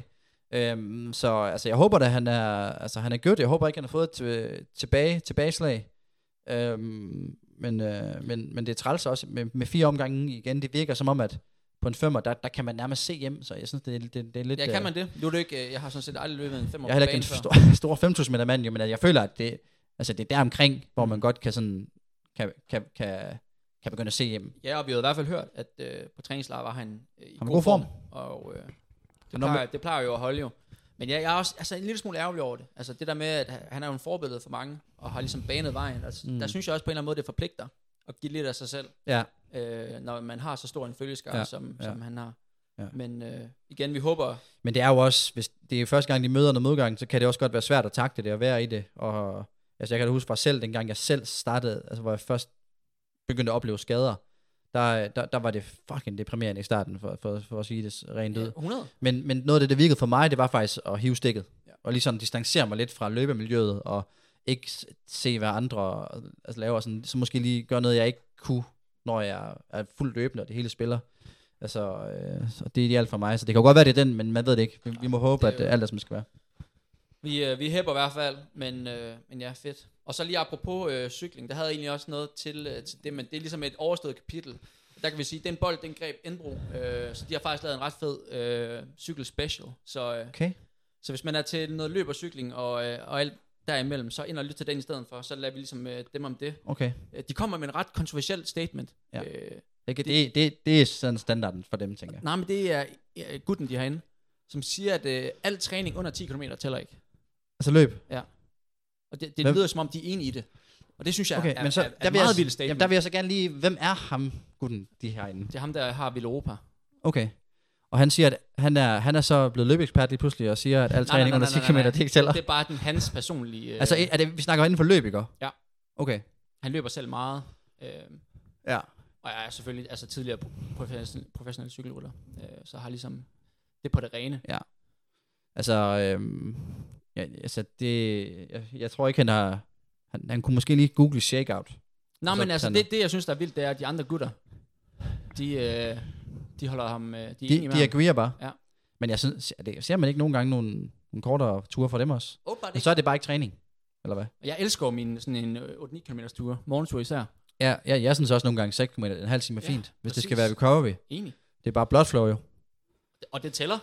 S4: Øhm, så altså, jeg håber, at han er, altså, han er good. Jeg håber ikke, han har fået et øh, tilbage, tilbageslag. Øhm, men, øh, men, men det er træls også med, med fire omgange igen. Det virker som om, at på en femmer, der, der kan man nærmest se hjem, så jeg synes, det er, det, det er lidt...
S5: ja, kan
S4: øh,
S5: man det? Nu er det ikke, øh, jeg har sådan set aldrig løbet en fem år
S4: jeg er heller ikke en stor, stor 5.000 meter mand, jo, men at jeg føler, at det, altså, det er der omkring, hvor man godt kan, sådan, kan, kan, kan, kan begynde at se hjem.
S5: Ja, og vi har i hvert fald hørt, at øh, på træningslejr var han øh, i
S4: Han
S5: god,
S4: var god form.
S5: form. Og øh, det,
S4: Han var med-
S5: plejer, det plejer jo at holde jo. Men ja, jeg er også altså, en lille smule ærgerlig over det. Altså det der med, at han er jo en forbillede for mange, og har ligesom banet vejen. Altså,
S4: Mm.
S5: mm. Der synes jeg også på en eller anden måde, det forpligter at give lidt af sig selv,
S4: Ja,
S5: øh, når man har så stor en følgeskare,
S4: Ja,
S5: ja. som,
S4: ja.
S5: som han har.
S4: Ja.
S5: Ja. Men øh, igen, vi håber,
S4: Men det er jo også, hvis det er første gang, de møder noget modgang, så kan det også godt være svært at takle det og være i det. Og, altså, jeg kan da huske fra selv, dengang jeg selv startede, altså hvor jeg først begyndte at opleve skader, der, der, der var det fucking deprimerende i starten, for, for, for at sige det rent ud.
S5: ja, 100.
S4: Men, men noget af det, der virkede for mig, det var faktisk at hive stikket. Ja.
S5: Ja.
S4: Og ligesom distancere mig lidt fra løbemiljøet, og ikke s- se, hvad andre altså, laver. Sådan, så måske lige gøre noget, jeg ikke kunne, når jeg er fuldt løbende, og det hele spiller. Altså, øh, så det er ideelt for mig. Så det kan jo godt være, det er den, men man ved det ikke. Vi, vi må håbe,
S5: Ah, det er
S4: at
S5: jo-
S4: øh, alt er, som det skal være.
S5: Vi, øh, vi hæpper i hvert fald, men, øh, men ja, fedt. Og så lige apropos øh, cykling, der havde jeg egentlig også noget til, øh, til det, men det er ligesom et overstået kapitel. Der kan vi sige, at den bold, den greb Indbro, øh, så de har faktisk lavet en ret fed øh, cykelspecial. Så, øh,
S4: Okay.
S5: så hvis man er til noget løb og cykling og, øh, og alt derimellem, så ind og lyt til den i stedet for, så lader vi ligesom øh, dem om det.
S4: Okay.
S5: Øh, De kommer med en ret kontroversiel statement.
S4: Ja.
S5: Øh,
S4: Det, det, det, det er sådan standarden for dem, tænker jeg.
S5: nej, men det er øh, gutten, de har inde, som siger, at øh, al træning under 10 km tæller ikke.
S4: Altså løb.
S5: Og det, det
S4: Hvem-
S5: lyder som om, de er enige i det. Og det synes jeg
S4: Okay,
S5: er,
S4: men så,
S5: er, er,
S4: der, vil
S5: meget
S4: jeg,
S5: vildt
S4: s-
S5: statement.
S4: jamen, der vil jeg så gerne lige, hvem er ham, gutten, de herinde?
S5: Det er ham, der har Ville Europa.
S4: Okay. Og han siger, at han er, han er så blevet løbeekspert lige pludselig, og siger, at al træning under 10 km, det ikke tæller.
S5: Det er bare den, hans personlige... Øh,
S4: Altså, er det, vi snakker inden for løb, ikke?
S5: Ja.
S4: Okay.
S5: han løber selv meget. Øh,
S4: Ja.
S5: og jeg er selvfølgelig altså, tidligere pro- professionel, professionel cykelrytter. Øh, så har ligesom det på det rene.
S4: Altså, øhm, ja, altså det, jeg, jeg tror ikke, han har... Han, han kunne måske lige google shakeout.
S5: Nå,
S4: Og så
S5: men altså,
S4: Sander.
S5: det, det jeg synes, der er vildt, det er, at de andre gutter, de, øh, De holder ham... Øh, de, er enige
S4: De,
S5: med
S4: de
S5: ham.
S4: agerer bare.
S5: Ja.
S4: Men jeg synes, er det- ser man ikke nogle gange nogle, nogle kortere ture fra dem også?
S5: Åbenbart
S4: Men
S5: ikke.
S4: så er det bare ikke træning, eller hvad?
S5: Og Jeg elsker jo min sådan en øh, 8-9 km tur. Morgentur især.
S4: Ja, ja jeg synes også nogle gange 6 km, en halv time er
S5: Ja,
S4: fint, hvis det skal
S5: præcis.
S4: være recovery.
S5: Enig.
S4: Det er bare blood flow jo.
S5: Og det tæller.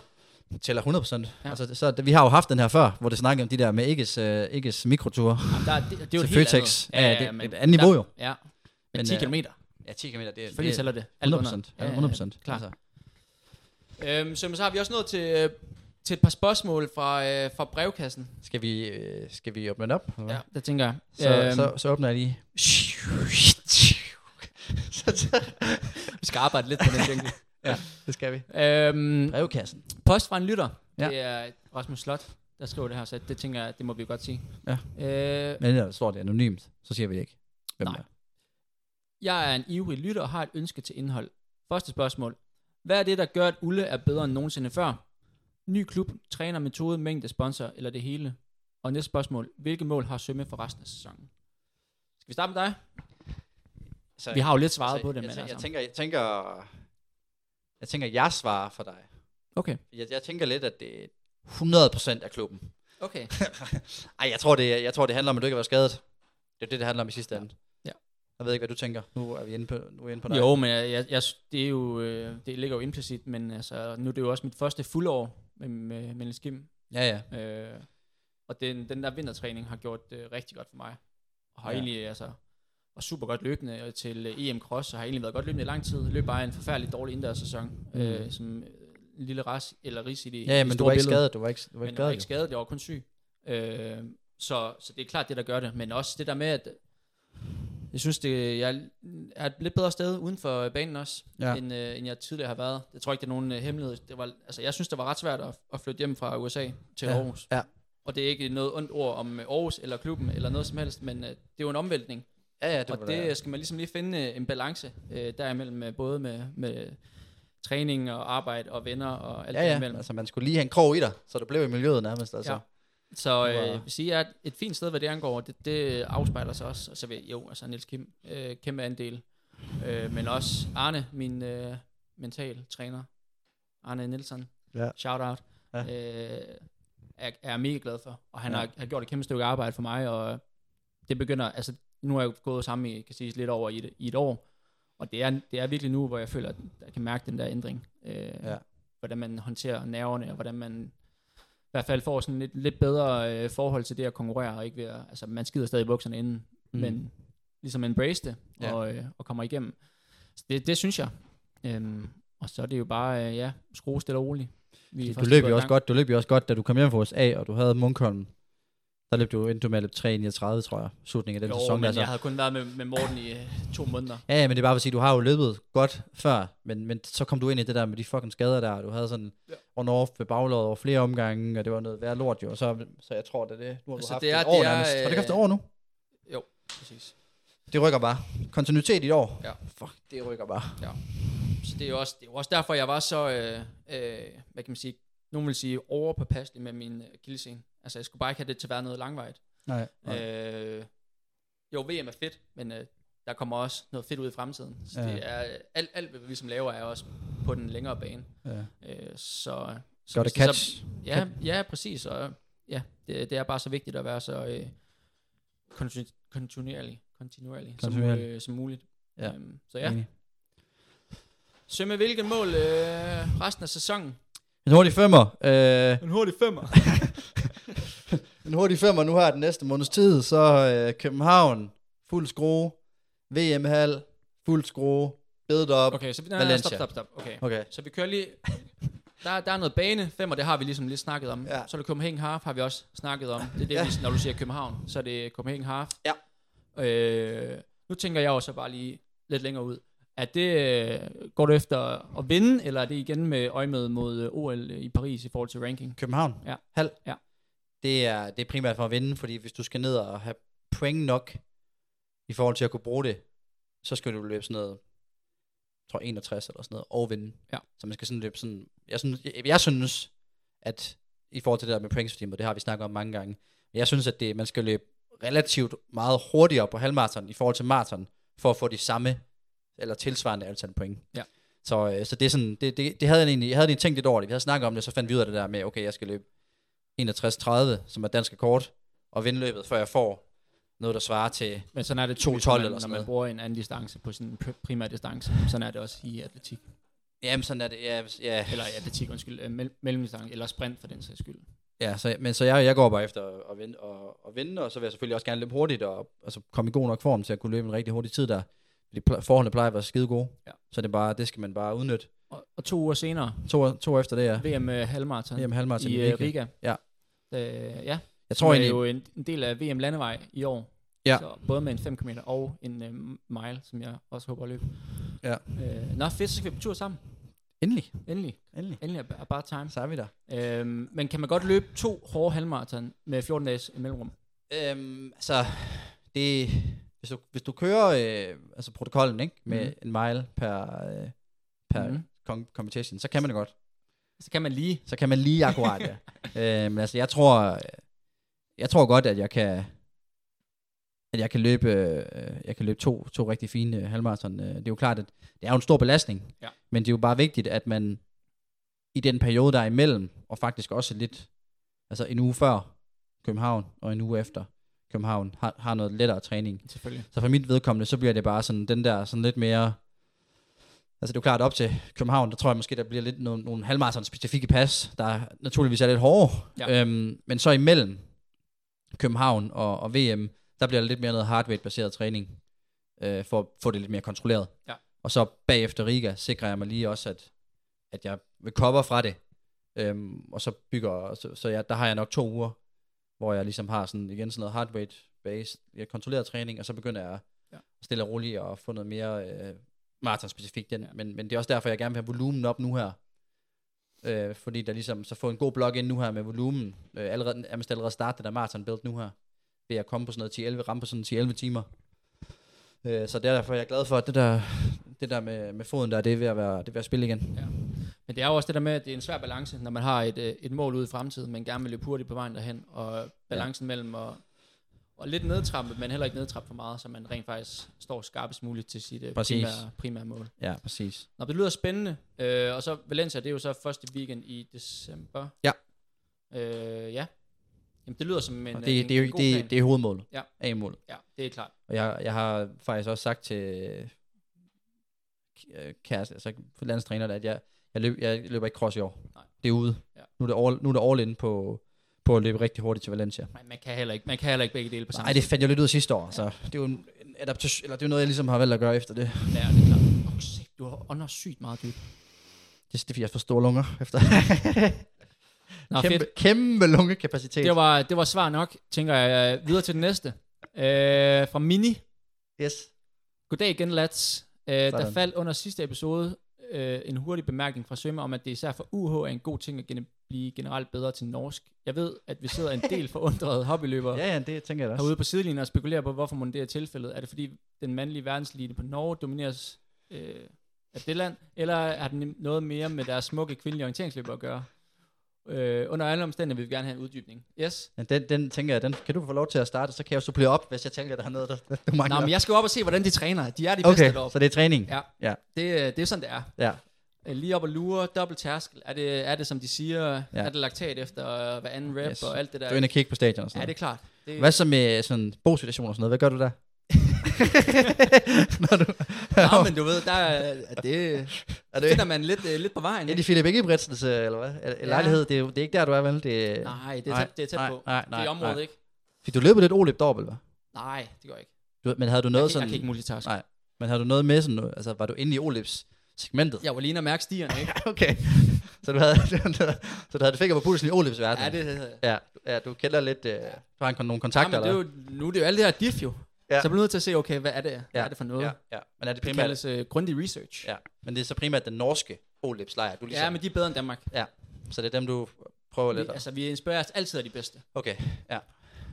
S4: Det tæller 100%.
S5: Ja.
S4: Ja. Altså, så, vi har jo haft den her før, hvor det snakkede om de der med Ikkes, øh, Ikkes mikroture.
S5: Jamen, Der, er- det, det er jo
S4: Til
S5: et helt
S4: Føtex.
S5: andet.
S4: Ja, det er et andet niveau
S5: der-
S4: jo.
S5: Ja. Men,
S4: Men,
S5: 10
S4: øh,
S5: km.
S4: Ja, 10 km, det er
S5: Selvfølgelig tæller det. Alt
S4: 100%.
S5: under. Ja, ja, ja.
S4: 100%.
S5: Klart.
S4: Altså,
S5: Øhm, så, men så har vi også nået til, øh, til et par spørgsmål fra, øh, fra brevkassen.
S4: skal, vi, øh, skal vi åbne den op? eller hvad?
S5: Ja. Det tænker jeg. Øhm,
S4: Så, så, så åbner jeg lige.
S5: vi skal arbejde lidt på den tænker jeg.
S4: Det skal vi.
S5: øhm,
S4: Brevkassen.
S5: Post fra en lytter.
S4: Ja.
S5: Det er Rasmus Slot, der skriver det her, så det tænker jeg, det må vi jo godt sige.
S4: Ja.
S5: Øh,
S4: Men når der står det anonymt, så siger vi det ikke. Hvem
S5: Nej.
S4: Der.
S5: jeg er en ivrig lytter og har et ønske til indhold. Første spørgsmål. Hvad er det, der gør, at Ulle er bedre end nogensinde før? Ny klub, træner, metode, mængde, sponsor eller det hele? Og næste spørgsmål. Hvilke mål har Sømme for resten af sæsonen? Skal vi starte med dig?
S4: Så,
S5: Vi har jo lidt svaret på det.
S4: Jeg,
S5: men
S4: jeg, jeg,
S5: altså-
S4: tænker, jeg tænker, jeg tænker, jeg svarer for dig.
S5: Okay.
S4: Jeg, jeg tænker lidt, at det er 100% af klubben.
S5: Okay.
S4: Ej, jeg tror, det, jeg tror, det handler om, at du ikke har været skadet. Det er det, det handler om i sidste ende.
S5: Ja.
S4: Jeg ved ikke, hvad du tænker. Nu er vi inde på, nu er vi inde på dig.
S5: Jo, men jeg, jeg, jeg, det, er jo, øh, det ligger jo implicit, men altså, nu er det jo også mit første fuldår med, med, med Skim.
S4: Ja, ja.
S5: Øh, og den, den der vintertræning har gjort det øh, rigtig godt for mig. Og har
S4: Ja.
S5: ja. egentlig, altså, var super godt løbende og til øh, EM Cross, og har egentlig været godt løbende i lang tid. Løb bare en forfærdelig dårlig indendørssæson, mm. øh, som øh, en lille ras eller ris i det
S4: Ja, ja,
S5: i
S4: men
S5: det
S4: du
S5: store
S4: var ikke
S5: billede.
S4: skadet. Du var ikke, du var ikke
S5: Men jeg var
S4: skadet.
S5: ikke skadet, jeg var kun syg. Øh, så, så det er klart det, der gør det. Men også det der med, at jeg synes, det, jeg er et lidt bedre sted uden for øh, banen også,
S4: Ja.
S5: ja. end, øh, end jeg tidligere har været. Jeg tror ikke, det er nogen øh, hemmelighed. Det var, altså, jeg synes, det var ret svært at, at flytte hjem fra USA til
S4: Ja,
S5: ja. Aarhus.
S4: ja.
S5: Og det er ikke noget ondt ord om øh, Aarhus eller klubben eller noget som helst, men øh, det er jo en omvæltning.
S4: Ja, ja, det var
S5: Og det øh, skal man ligesom lige finde øh, en balance øh, derimellem, øh, både med, med træning og arbejde og venner og alt
S4: Ja,
S5: det
S4: ja.
S5: imellem.
S4: Altså, man skulle lige have en krog i dig, så du blev i miljøet nærmest. Altså.
S5: Ja. Så øh,
S4: Wow.
S5: jeg vil sige, at et fint sted, hvad det angår, det, det afspejler sig også. Og så vil jo, altså Niels Kim, øh, kæmpe andel. Øh, men også Arne, min øh, mental træner. Arne Nielsen.
S4: Ja.
S5: Shout out.
S4: Ja.
S5: Øh, er, er mega glad for. Og han
S4: Ja.
S5: ja. har, har gjort et kæmpe stykke arbejde for mig, og det begynder, altså nu er jeg jo gået sammen i, kan sige, lidt over i et, i et år, og det er, det er virkelig nu, hvor jeg føler, at jeg kan mærke den der ændring. Øh,
S4: Ja.
S5: Hvordan man håndterer nerverne, og hvordan man i hvert fald får sådan lidt, lidt bedre øh, forhold til det at konkurrere, og ikke ved at, altså man skider stadig i bukserne inden,
S4: Mm.
S5: mm. men ligesom embrace det,
S4: Ja.
S5: og, øh, og kommer igennem. Så det, det synes jeg. Øhm, og så er det jo bare, øh, ja, skrue stille og roligt. Vi er
S4: Du
S5: først
S4: løb
S5: gået i
S4: jo også
S5: gang.
S4: godt, du løb jo også godt, da du kom hjem fra USA, og du havde Munkholm. Der løb du endte du med at løbe 3,39, tror jeg, slutningen af den
S5: jo,
S4: sæson.
S5: men
S4: der
S5: altså.
S4: så.
S5: jeg havde kun været med, med Morten i øh, to måneder.
S4: Ja, ja, men det er bare for at sige, du har jo løbet godt før, men, men så kom du ind i det der med de fucking skader der, og du havde sådan ja.
S5: Ja.
S4: on off med baglåret over flere omgange, og det var noget værd lort jo, og så, så jeg tror, det er det. Nu har du
S5: Altså,
S4: haft
S5: det
S4: det
S5: er-
S4: er, et år
S5: det er,
S4: nærmest. Har du ikke haft et
S5: øh,
S4: år nu?
S5: Jo, præcis.
S4: Det rykker bare. Kontinuitet i et år.
S5: Ja.
S4: Fuck, det rykker bare.
S5: Så det er jo også, det er jo også derfor, jeg var så, øh, øh, hvad kan man sige, nogen vil sige overpåpasselig med min øh, kildescene. Altså, jeg skulle bare ikke have det til at være noget langvejt.
S4: Nej. nej.
S5: Øh, jo, VM er fedt, men øh, der kommer også noget fedt ud i fremtiden. Så
S4: Ja.
S5: ja. det er, alt, alt, hvad vi ligesom laver, er også på den længere bane.
S4: Ja.
S5: Øh, så, så
S4: Gør det
S5: hvis Så,
S4: catch.
S5: ja, ja, præcis. Og, ja, det, det, er bare så vigtigt at være så øh, kontin- kontinuerlig, kontinuerlig, som,
S4: Kontinuerlig.
S5: øh, som muligt.
S4: Ja.
S5: Øhm, så ja.
S4: Enig.
S5: Så med hvilket mål øh, resten af sæsonen?
S4: En hurtig femmer. Øh,
S5: En hurtig femmer.
S4: en hurtig femmer nu her den næste måneds tid, så øh, København, fuld skrue, VM-hal, fuld skrue, bedet op.
S5: Okay, så vi, nej, nej,
S4: Valencia.
S5: stop, stop, stop. Okay.
S4: Okay.
S5: Så vi kører lige... Der, der er noget bane, femmer, det har vi ligesom lige snakket om.
S4: Ja.
S5: Ja. Så er det Copenhagen Half, har vi også snakket om. Det er det,
S4: Ja.
S5: ja. når du siger København, så er det Copenhagen Half.
S4: Ja.
S5: Øh, nu tænker jeg også bare lige lidt længere ud. Er det, øh, går du efter at vinde, eller er det igen med øjemed mod øh, OL i Paris i forhold til ranking?
S4: København?
S5: Ja.
S4: Halv?
S5: Ja.
S4: Det er, det er primært for at vinde, fordi hvis du skal ned og have point nok i forhold til at kunne bruge det, så skal du løbe sådan noget, jeg tror 61 eller sådan noget, og vinde.
S5: Ja.
S4: Så man skal sådan løbe sådan, jeg synes, jeg, jeg synes at i forhold til det der med pointsystemet, det har vi snakket om mange gange, men jeg synes, at det, man skal løbe relativt meget hurtigere på halvmarathon i forhold til marathon, for at få de samme eller tilsvarende antal point.
S5: Ja.
S4: Så, øh, så det, er sådan, det, det, det havde jeg egentlig jeg havde lige tænkt lidt over det. Vi havde snakket om det, så fandt vi ud af det der med, okay, jeg skal løbe 61.30, som er dansk kort, og vinde løbet, før jeg får noget, der svarer til...
S5: Men sådan er det
S4: 2.12
S5: typisk, når man,
S4: eller
S5: når
S4: sådan
S5: man
S4: noget.
S5: bruger en anden distance på sin pr- primære distance. Sådan er det også i atletik.
S4: Jamen sådan er det, ja, ja,
S5: Eller i atletik, undskyld, øh, mel- mellemdistance, eller sprint for den sags skyld.
S4: ja så, men så jeg, jeg går bare efter at vinde, og, og vinde, og så vil jeg selvfølgelig også gerne løbe hurtigt, og, og så komme i god nok form til at kunne løbe en rigtig hurtig tid der. Fordi pl- forholdene plejer at være skide gode,
S5: Ja.
S4: så det, er bare, det skal man bare udnytte.
S5: Og, og to uger senere,
S4: To, to efter det, ja.
S5: VM øh, halvmarathon
S4: VM halvmarathon
S5: i
S4: i
S5: øh,
S4: Riga.
S5: Riga.
S4: Ja.
S5: Øh, ja,
S4: Jeg
S5: tror
S4: tror
S5: som er
S4: egentlig,
S5: jo en, en del af VM landevej i år.
S4: Ja.
S5: Så både med en 5 km og en øh, mile, som jeg også håber at løbe.
S4: Ja.
S5: Øh, nå, fedt, så skal vi på tur sammen.
S4: endelig,
S5: Endelig.
S4: endelig,
S5: Endelig er- er bare time.
S4: så er vi der.
S5: Øhm, men kan man godt løbe to hårde halvmarathon med 14 dages mellemrum?
S4: Øhm, altså, det, hvis, du, hvis du kører øh, altså protokollen ikke, med
S5: Mhm.
S4: mm. en mile per, øh, per
S5: Mhm.
S4: mm. com- competition, så kan man det godt.
S5: Så Altså, kan man lige...
S4: Så kan man lige akkurat, ja. øh, men altså, jeg tror, øh, jeg tror godt, at jeg kan at jeg kan løbe, øh, jeg kan løbe to, to rigtig fine øh, halvmarathon. Øh, Det er jo klart, at det er jo en stor belastning,
S5: Ja.
S4: men det er jo bare vigtigt, at man i den periode, der er imellem, og faktisk også lidt, altså en uge før København og en uge efter København, har, har noget lettere træning.
S5: Selvfølgelig.
S4: Så for mit vedkommende, så bliver det bare sådan den der sådan lidt mere... Altså det er jo klart op til København, der tror jeg måske, der bliver lidt nogle, nogle halvmarathon specifikke pas, der naturligvis er lidt hårde.
S5: Ja.
S4: Ja. Øhm, men så imellem København og, og VM, der bliver der lidt mere noget hardweight-baseret træning, øh, for at få det lidt mere kontrolleret.
S5: Ja.
S4: Og så bagefter Riga sikrer jeg mig lige også, at, at jeg vil cover fra det. Øhm, og så bygger, så, så jeg, der har jeg nok to uger, hvor jeg ligesom har sådan, igen sådan noget hardweight base, jeg kontrollerer træning, og så begynder jeg
S5: Ja.
S4: ja. stille og roligt at få noget mere øh, maratonspecifikt den.
S5: Ja.
S4: Ja. Men, men det er også derfor, jeg gerne vil have volumen op nu her. Øh, fordi der ligesom, så få en god blok ind nu her med volumen. Øh, allerede, jeg allerede starte det der maraton build nu her. Ved at komme på sådan noget 10-11, ramme på sådan 10-11 timer. Øh, så det er derfor, jeg er glad for, at det der, det der med, med foden der, det er ved at være, det er ved at spille igen.
S5: Men det er jo også det der med, at det er en svær balance, når man har et, øh, et mål ude i fremtiden, men gerne vil løbe hurtigt på vejen derhen, og balancen ja. mellem at og lidt nedtrampe, men heller ikke nedtrappe for meget, så man rent faktisk står skarpest muligt til sit øh,
S4: Præcis.
S5: primære, primære mål.
S4: Ja, præcis.
S5: Nå, det lyder spændende. Øh, og så Valencia, det er jo så første weekend i december.
S4: Ja.
S5: Øh, ja. Jamen, det lyder som en,
S4: Og
S5: øh,
S4: det,
S5: en,
S4: det, er,
S5: en
S4: jo-
S5: god plan.
S4: det, det er hovedmålet.
S5: Ja.
S4: A-målet.
S5: Ja, det er klart.
S4: Og jeg, jeg har faktisk også sagt til øh, kæreste, altså landstræneren, at jeg, jeg, løb, jeg løber ikke cross i år.
S5: Nej.
S4: Det er ude.
S5: Ja.
S4: Nu, er det all, nu er det all in på, på at løbe rigtig hurtigt til Valencia.
S5: Nej, man kan heller ikke, man kan heller ikke begge dele på samme
S4: Nej, det fandt jeg lidt ud af sidste år, så det er jo en, en adaptation, eller det er jo noget, jeg ligesom har valgt at gøre efter det.
S5: tid. Ja, det er klart. Oh, shit, du har ånder sygt meget dybt.
S4: Det er fordi, jeg får store lunger efter.
S5: Nå, Kæmpe.
S4: kæmpe,
S5: fedt.
S4: kæmpe lungekapacitet.
S5: Det var, det var svar nok, tænker jeg. Øh, Videre til den næste. Øh, fra Mini.
S4: Yes.
S5: Goddag igen, lads. Øh, der
S4: Sådan.
S5: faldt under sidste episode øh, en hurtig bemærkning fra Sømme om, at det især for UH er en god ting at gene- blive generelt bedre til norsk. Jeg ved, at vi sidder en del forundrede hobbyløbere
S4: Ja, ja, det tænker jeg da også.
S5: herude på sidelinjen og spekulerer på, hvorfor mon det er tilfældet. Er det fordi den mandlige verdenselite på Norge domineres øh, af det land, eller har den noget mere med deres smukke kvindelige orienteringsløber at gøre? Øh, under alle omstændigheder vil vi gerne have en uddybning. Yes.
S4: Men den, den tænker jeg, den kan du få lov til at starte, så kan jeg jo supplere op, hvis jeg tænker, der er noget, der, du mangler.
S5: Nå, men jeg skal jo op og se, hvordan de træner. De er de bedste
S4: okay,
S5: deroppe.
S4: så det er træning.
S5: Ja.
S4: Ja.
S5: Det, øh, det er sådan, det er.
S4: ja.
S5: Øh, Lige op og lure, dobbelt tærskel. Er det, er det som de siger, ja.
S4: Ja.
S5: er det laktat efter øh, hver anden rep yes.
S4: Yes.
S5: og alt det der?
S4: Du er inde og kigge på stadion og sådan
S5: ja,
S4: noget.
S5: det er klart. Det,
S4: Hvad så med sådan bosituationer og sådan noget? Hvad gør du der? Når du...
S5: Nå, men du ved, der er, er det
S4: er det
S5: finder man lidt, øh, lidt på vejen.
S4: er
S5: ikke?
S4: det Philip Ingebrigtsens, øh, eller hvad? Er, ja. lejlighed? Det er, jo- det er ikke der, du er, vel? Det, er-
S5: Nej, det er tæt, det er tæt
S4: nej,
S5: på.
S4: Nej,
S5: det
S4: nej,
S5: er i området,
S4: nej.
S5: ikke?
S4: Fik du løbet lidt olip dobbelt, hva'?
S5: Nej, det gør jeg ikke.
S4: Du, men havde du noget
S5: Jeg kan, jeg
S4: sådan...
S5: kan ikke multitaske.
S4: nej, men havde du noget med sådan... Altså, var du inde i olips segmentet?
S5: Jeg var lige inde og mærke stierne, ikke?
S4: okay. så du havde, så du havde det finger på pulsen i olips verden.
S5: ja, det
S4: Ja, du- ja, du kender lidt... Øh, du har en- nogle kontakter,
S5: Jamen, det er jo, nu er det jo alt det her diff jo. Ja.
S4: Ja.
S5: Så jeg bliver nødt til at se, okay, hvad er det, hvad
S4: Ja.
S5: er det for noget?
S4: Ja, ja. Men er det
S5: Det
S4: primært...
S5: kaldes uh, grundig research.
S4: Ja, men det er så primært den norske olipslejr, du ligesom...
S5: ja, men de er bedre end Danmark.
S4: ja. Så det er dem, du prøver
S5: Vi,
S4: lidt at...
S5: altså, vi inspireres altid af de bedste.
S4: Okay, ja.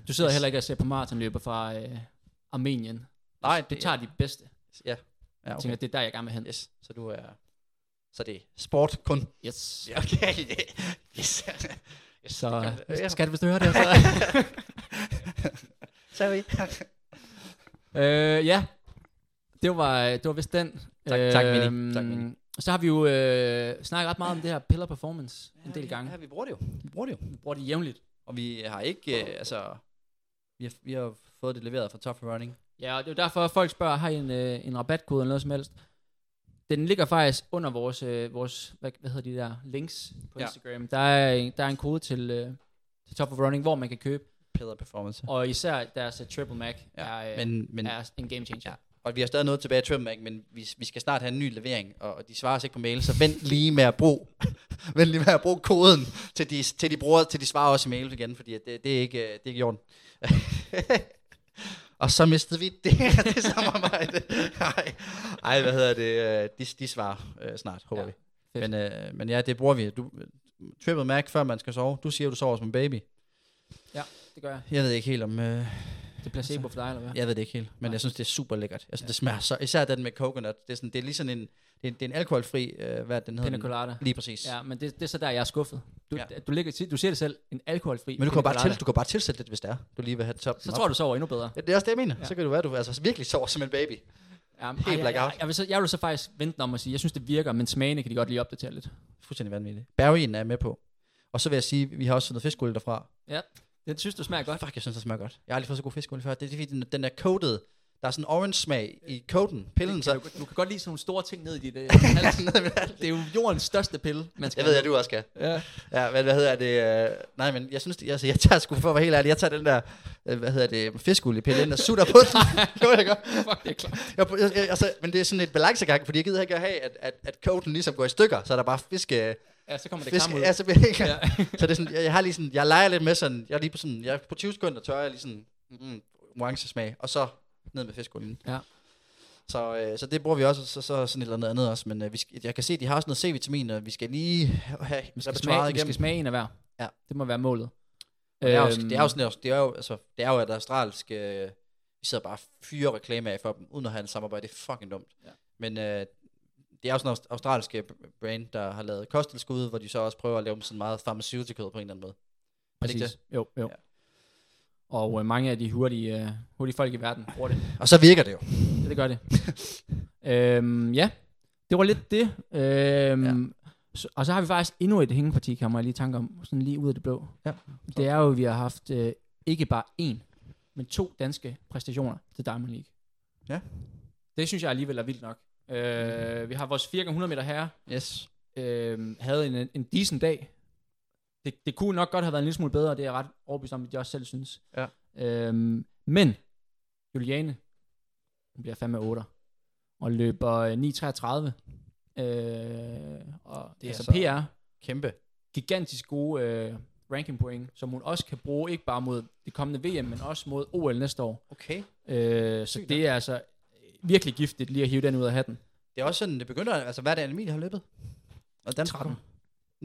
S5: Du sidder
S4: Yes.
S5: heller ikke og ser på maratonløber fra øh, Armenien.
S4: Nej,
S5: Du tager de bedste. Jeg
S4: Ja, ja
S5: tænker,
S4: okay.
S5: det er der, jeg gerne vil hen.
S4: Yes, så du er... Så det er sport kun.
S5: Yes.
S4: Ja, okay. Yes. yes
S5: Så
S4: det gør det.
S5: øh,
S4: Ja.
S5: skat, hvis du hører det, så...
S4: Sorry.
S5: øh, ja, det var, det var vist den.
S4: Tak- tak, Mini. Tak, Mini.
S5: Og så har vi jo øh, snakket ret meget om det her pillar performance en del gange.
S4: Ja, vi bruger det jo.
S6: Vi bruger det jo.
S5: Vi bruger det jævnligt.
S4: Og vi har ikke, øh, altså, vi har, vi har fået det leveret fra Tough Running.
S5: Ja, og det er jo derfor, at folk spørger, har I en, øh, en rabatkode eller noget som helst? Den ligger faktisk under vores, øh, vores hvad, hvad hedder de der, links på
S4: Ja.
S5: ja. Instagram. Der er, en- der er en kode til, øh, til Top of Running, hvor man kan købe.
S4: Peder Performance.
S5: Og især deres øh, Triple Mac ja, er, øh, men,
S4: Men, men,
S5: men,
S4: ja.
S5: er en game changer. Ja.
S4: Og vi har stadig noget tilbage i Trim, ikke? men vi, vi skal snart have en ny levering, og, og de svarer os ikke på mail, så vent lige med at bruge, vent lige med at bruge koden, til de, til de, bruger, til de svarer os i mail igen, fordi at det, det, er, ikke, øh, det er ikke i orden. og så mistede vi det, her, det samarbejde. Ej, ej, hvad hedder det? øh, De, de svarer øh, snart, håber
S5: Ja,
S4: ja, vi.
S5: fedt.
S4: Men, øh, men ja, det bruger vi. Du, Triple Mac, før man skal sove. Du siger, du sover som en baby.
S5: Det gør jeg.
S4: Jeg ved ikke helt om... Øh,
S5: Det er placebo for dig, eller hvad?
S4: jeg ved det ikke helt, men
S5: Nej.
S4: jeg synes, det er super lækkert. Jeg synes, det smager så... Især den med coconut. Det er, sådan, det er lige sådan en... Det er, det er en alkoholfri, øh, hvad er det, den hedder.
S5: Pina colada.
S4: Lige præcis. Ja.
S5: Ja, men det, det er så der, jeg er skuffet. Du,
S4: Ja.
S5: ja. du, ligger, du siger det selv, en alkoholfri
S4: Men du kan,
S5: pina
S4: jo bare
S5: colada.
S4: til, du kan jo bare tilsætte lidt, hvis det er. Du lige vil have toppen
S5: Så tror jeg, du sover endnu bedre.
S4: Ja, det er også det, jeg mener. Ja. Så kan du være, du altså, virkelig sover som en baby.
S5: Ja,
S4: Helt
S5: ej, jeg, jeg,
S4: blackout.
S5: jeg, vil så, jeg vil så faktisk vente den om at sige, jeg synes, det virker, men smagene kan de godt lige opdatere lidt.
S4: Fuldstændig vanvittigt. Bergien er jeg med på. Og så vil jeg sige, vi har også fået noget fiskolie derfra.
S5: Den synes, du smager godt.
S4: Fuck, jeg synes, det smager godt. Jeg har aldrig fået så god fiskolie før. Det er fordi, den, den er coated. Der er sådan en orange smag i koden. Pillen, så...
S5: Du, du kan godt lide sådan nogle store ting ned i dit øh, hals. det er jo jordens største pille, man skal
S4: Jeg ved,
S5: have.
S4: at du også skal.
S5: Ja.
S4: Ja, men hvad hedder det? Øh, nej, men jeg synes, det, altså, jeg tager sgu for at være helt ærlig, jeg tager den der, øh, hvad hedder det, fiskoliepille ind og sutter på den. det var jeg godt.
S5: Fuck, det er klart.
S4: Jeg, jeg, jeg, altså, men det er sådan et balancegang, fordi jeg gider ikke at have, at, at, at koden ligesom går i stykker, så er der bare fiske...
S5: Ja, så kommer det
S4: fiske
S5: klamme ud.
S4: ja, så, bliver jeg ikke,
S5: Ja.
S4: så det er sådan, jeg, jeg har lige sådan, jeg leger lidt med sådan, jeg er lige på sådan, jeg er på 20 sekunder tørrer jeg lige sådan, mm, orange smag, og så ned med fiskolien.
S5: Ja.
S4: Så, øh, så det bruger vi også, og så, så sådan et eller andet andet også, men øh, vi skal, jeg kan se, at de har også noget C-vitamin, og vi skal lige have
S5: Vi skal,
S4: repertoireet
S5: smage, vi
S4: igennem.
S5: skal smage en af hver.
S4: Ja.
S5: Det må være målet. Øhm,
S4: Det er, jo, det er jo sådan, det er jo, altså, det er jo, at australsk, øh, vi sidder bare og fyrer reklamer af for dem, uden at have en samarbejde. Det er fucking dumt.
S5: Ja.
S4: Men øh, det er jo sådan en australsk øh, brand, der har lavet kosttilskud, hvor de så også prøver at lave dem sådan meget pharmaceutical på en eller anden måde. Er det ikke
S5: præcis. Jo, jo.
S4: Ja.
S5: Ja. Og øh, mange af de hurtige, øh, hurtige folk i verden bruger det.
S4: Og så virker det jo.
S5: Ja, det gør det. øhm, ja, det var lidt det. Øhm, ja. så, og så har vi faktisk endnu et hængeparti, kan jeg lige tanke om, sådan lige ud af det blå.
S4: Ja.
S5: Det er jo, at vi har haft øh, ikke bare én, men to danske præstationer til Diamond League.
S4: Ja.
S5: Det synes jeg alligevel er vildt nok. Øh, vi har vores 4 100 meter herre,
S4: Yes.
S5: øh, havde en, en decent dag. Det, det kunne nok godt have været en lille smule bedre, det er jeg ret overbevist om, at jeg også selv synes.
S4: Ja.
S5: Øhm, men Juliane, hun bliver fandme 8 og løber øh, 9.33. Øh, og det er altså
S4: så-
S5: PR,
S4: Kæmpe.
S5: gigantisk gode øh, rankingpoint, som hun også kan bruge, ikke bare mod det kommende VM, men også mod OL næste år.
S4: Okay.
S5: Øh, så det er altså virkelig giftigt lige at hive den ud af hatten.
S4: Det er også sådan, det begynder, altså hvad er det, Emilie har løbet? Og den
S5: 13.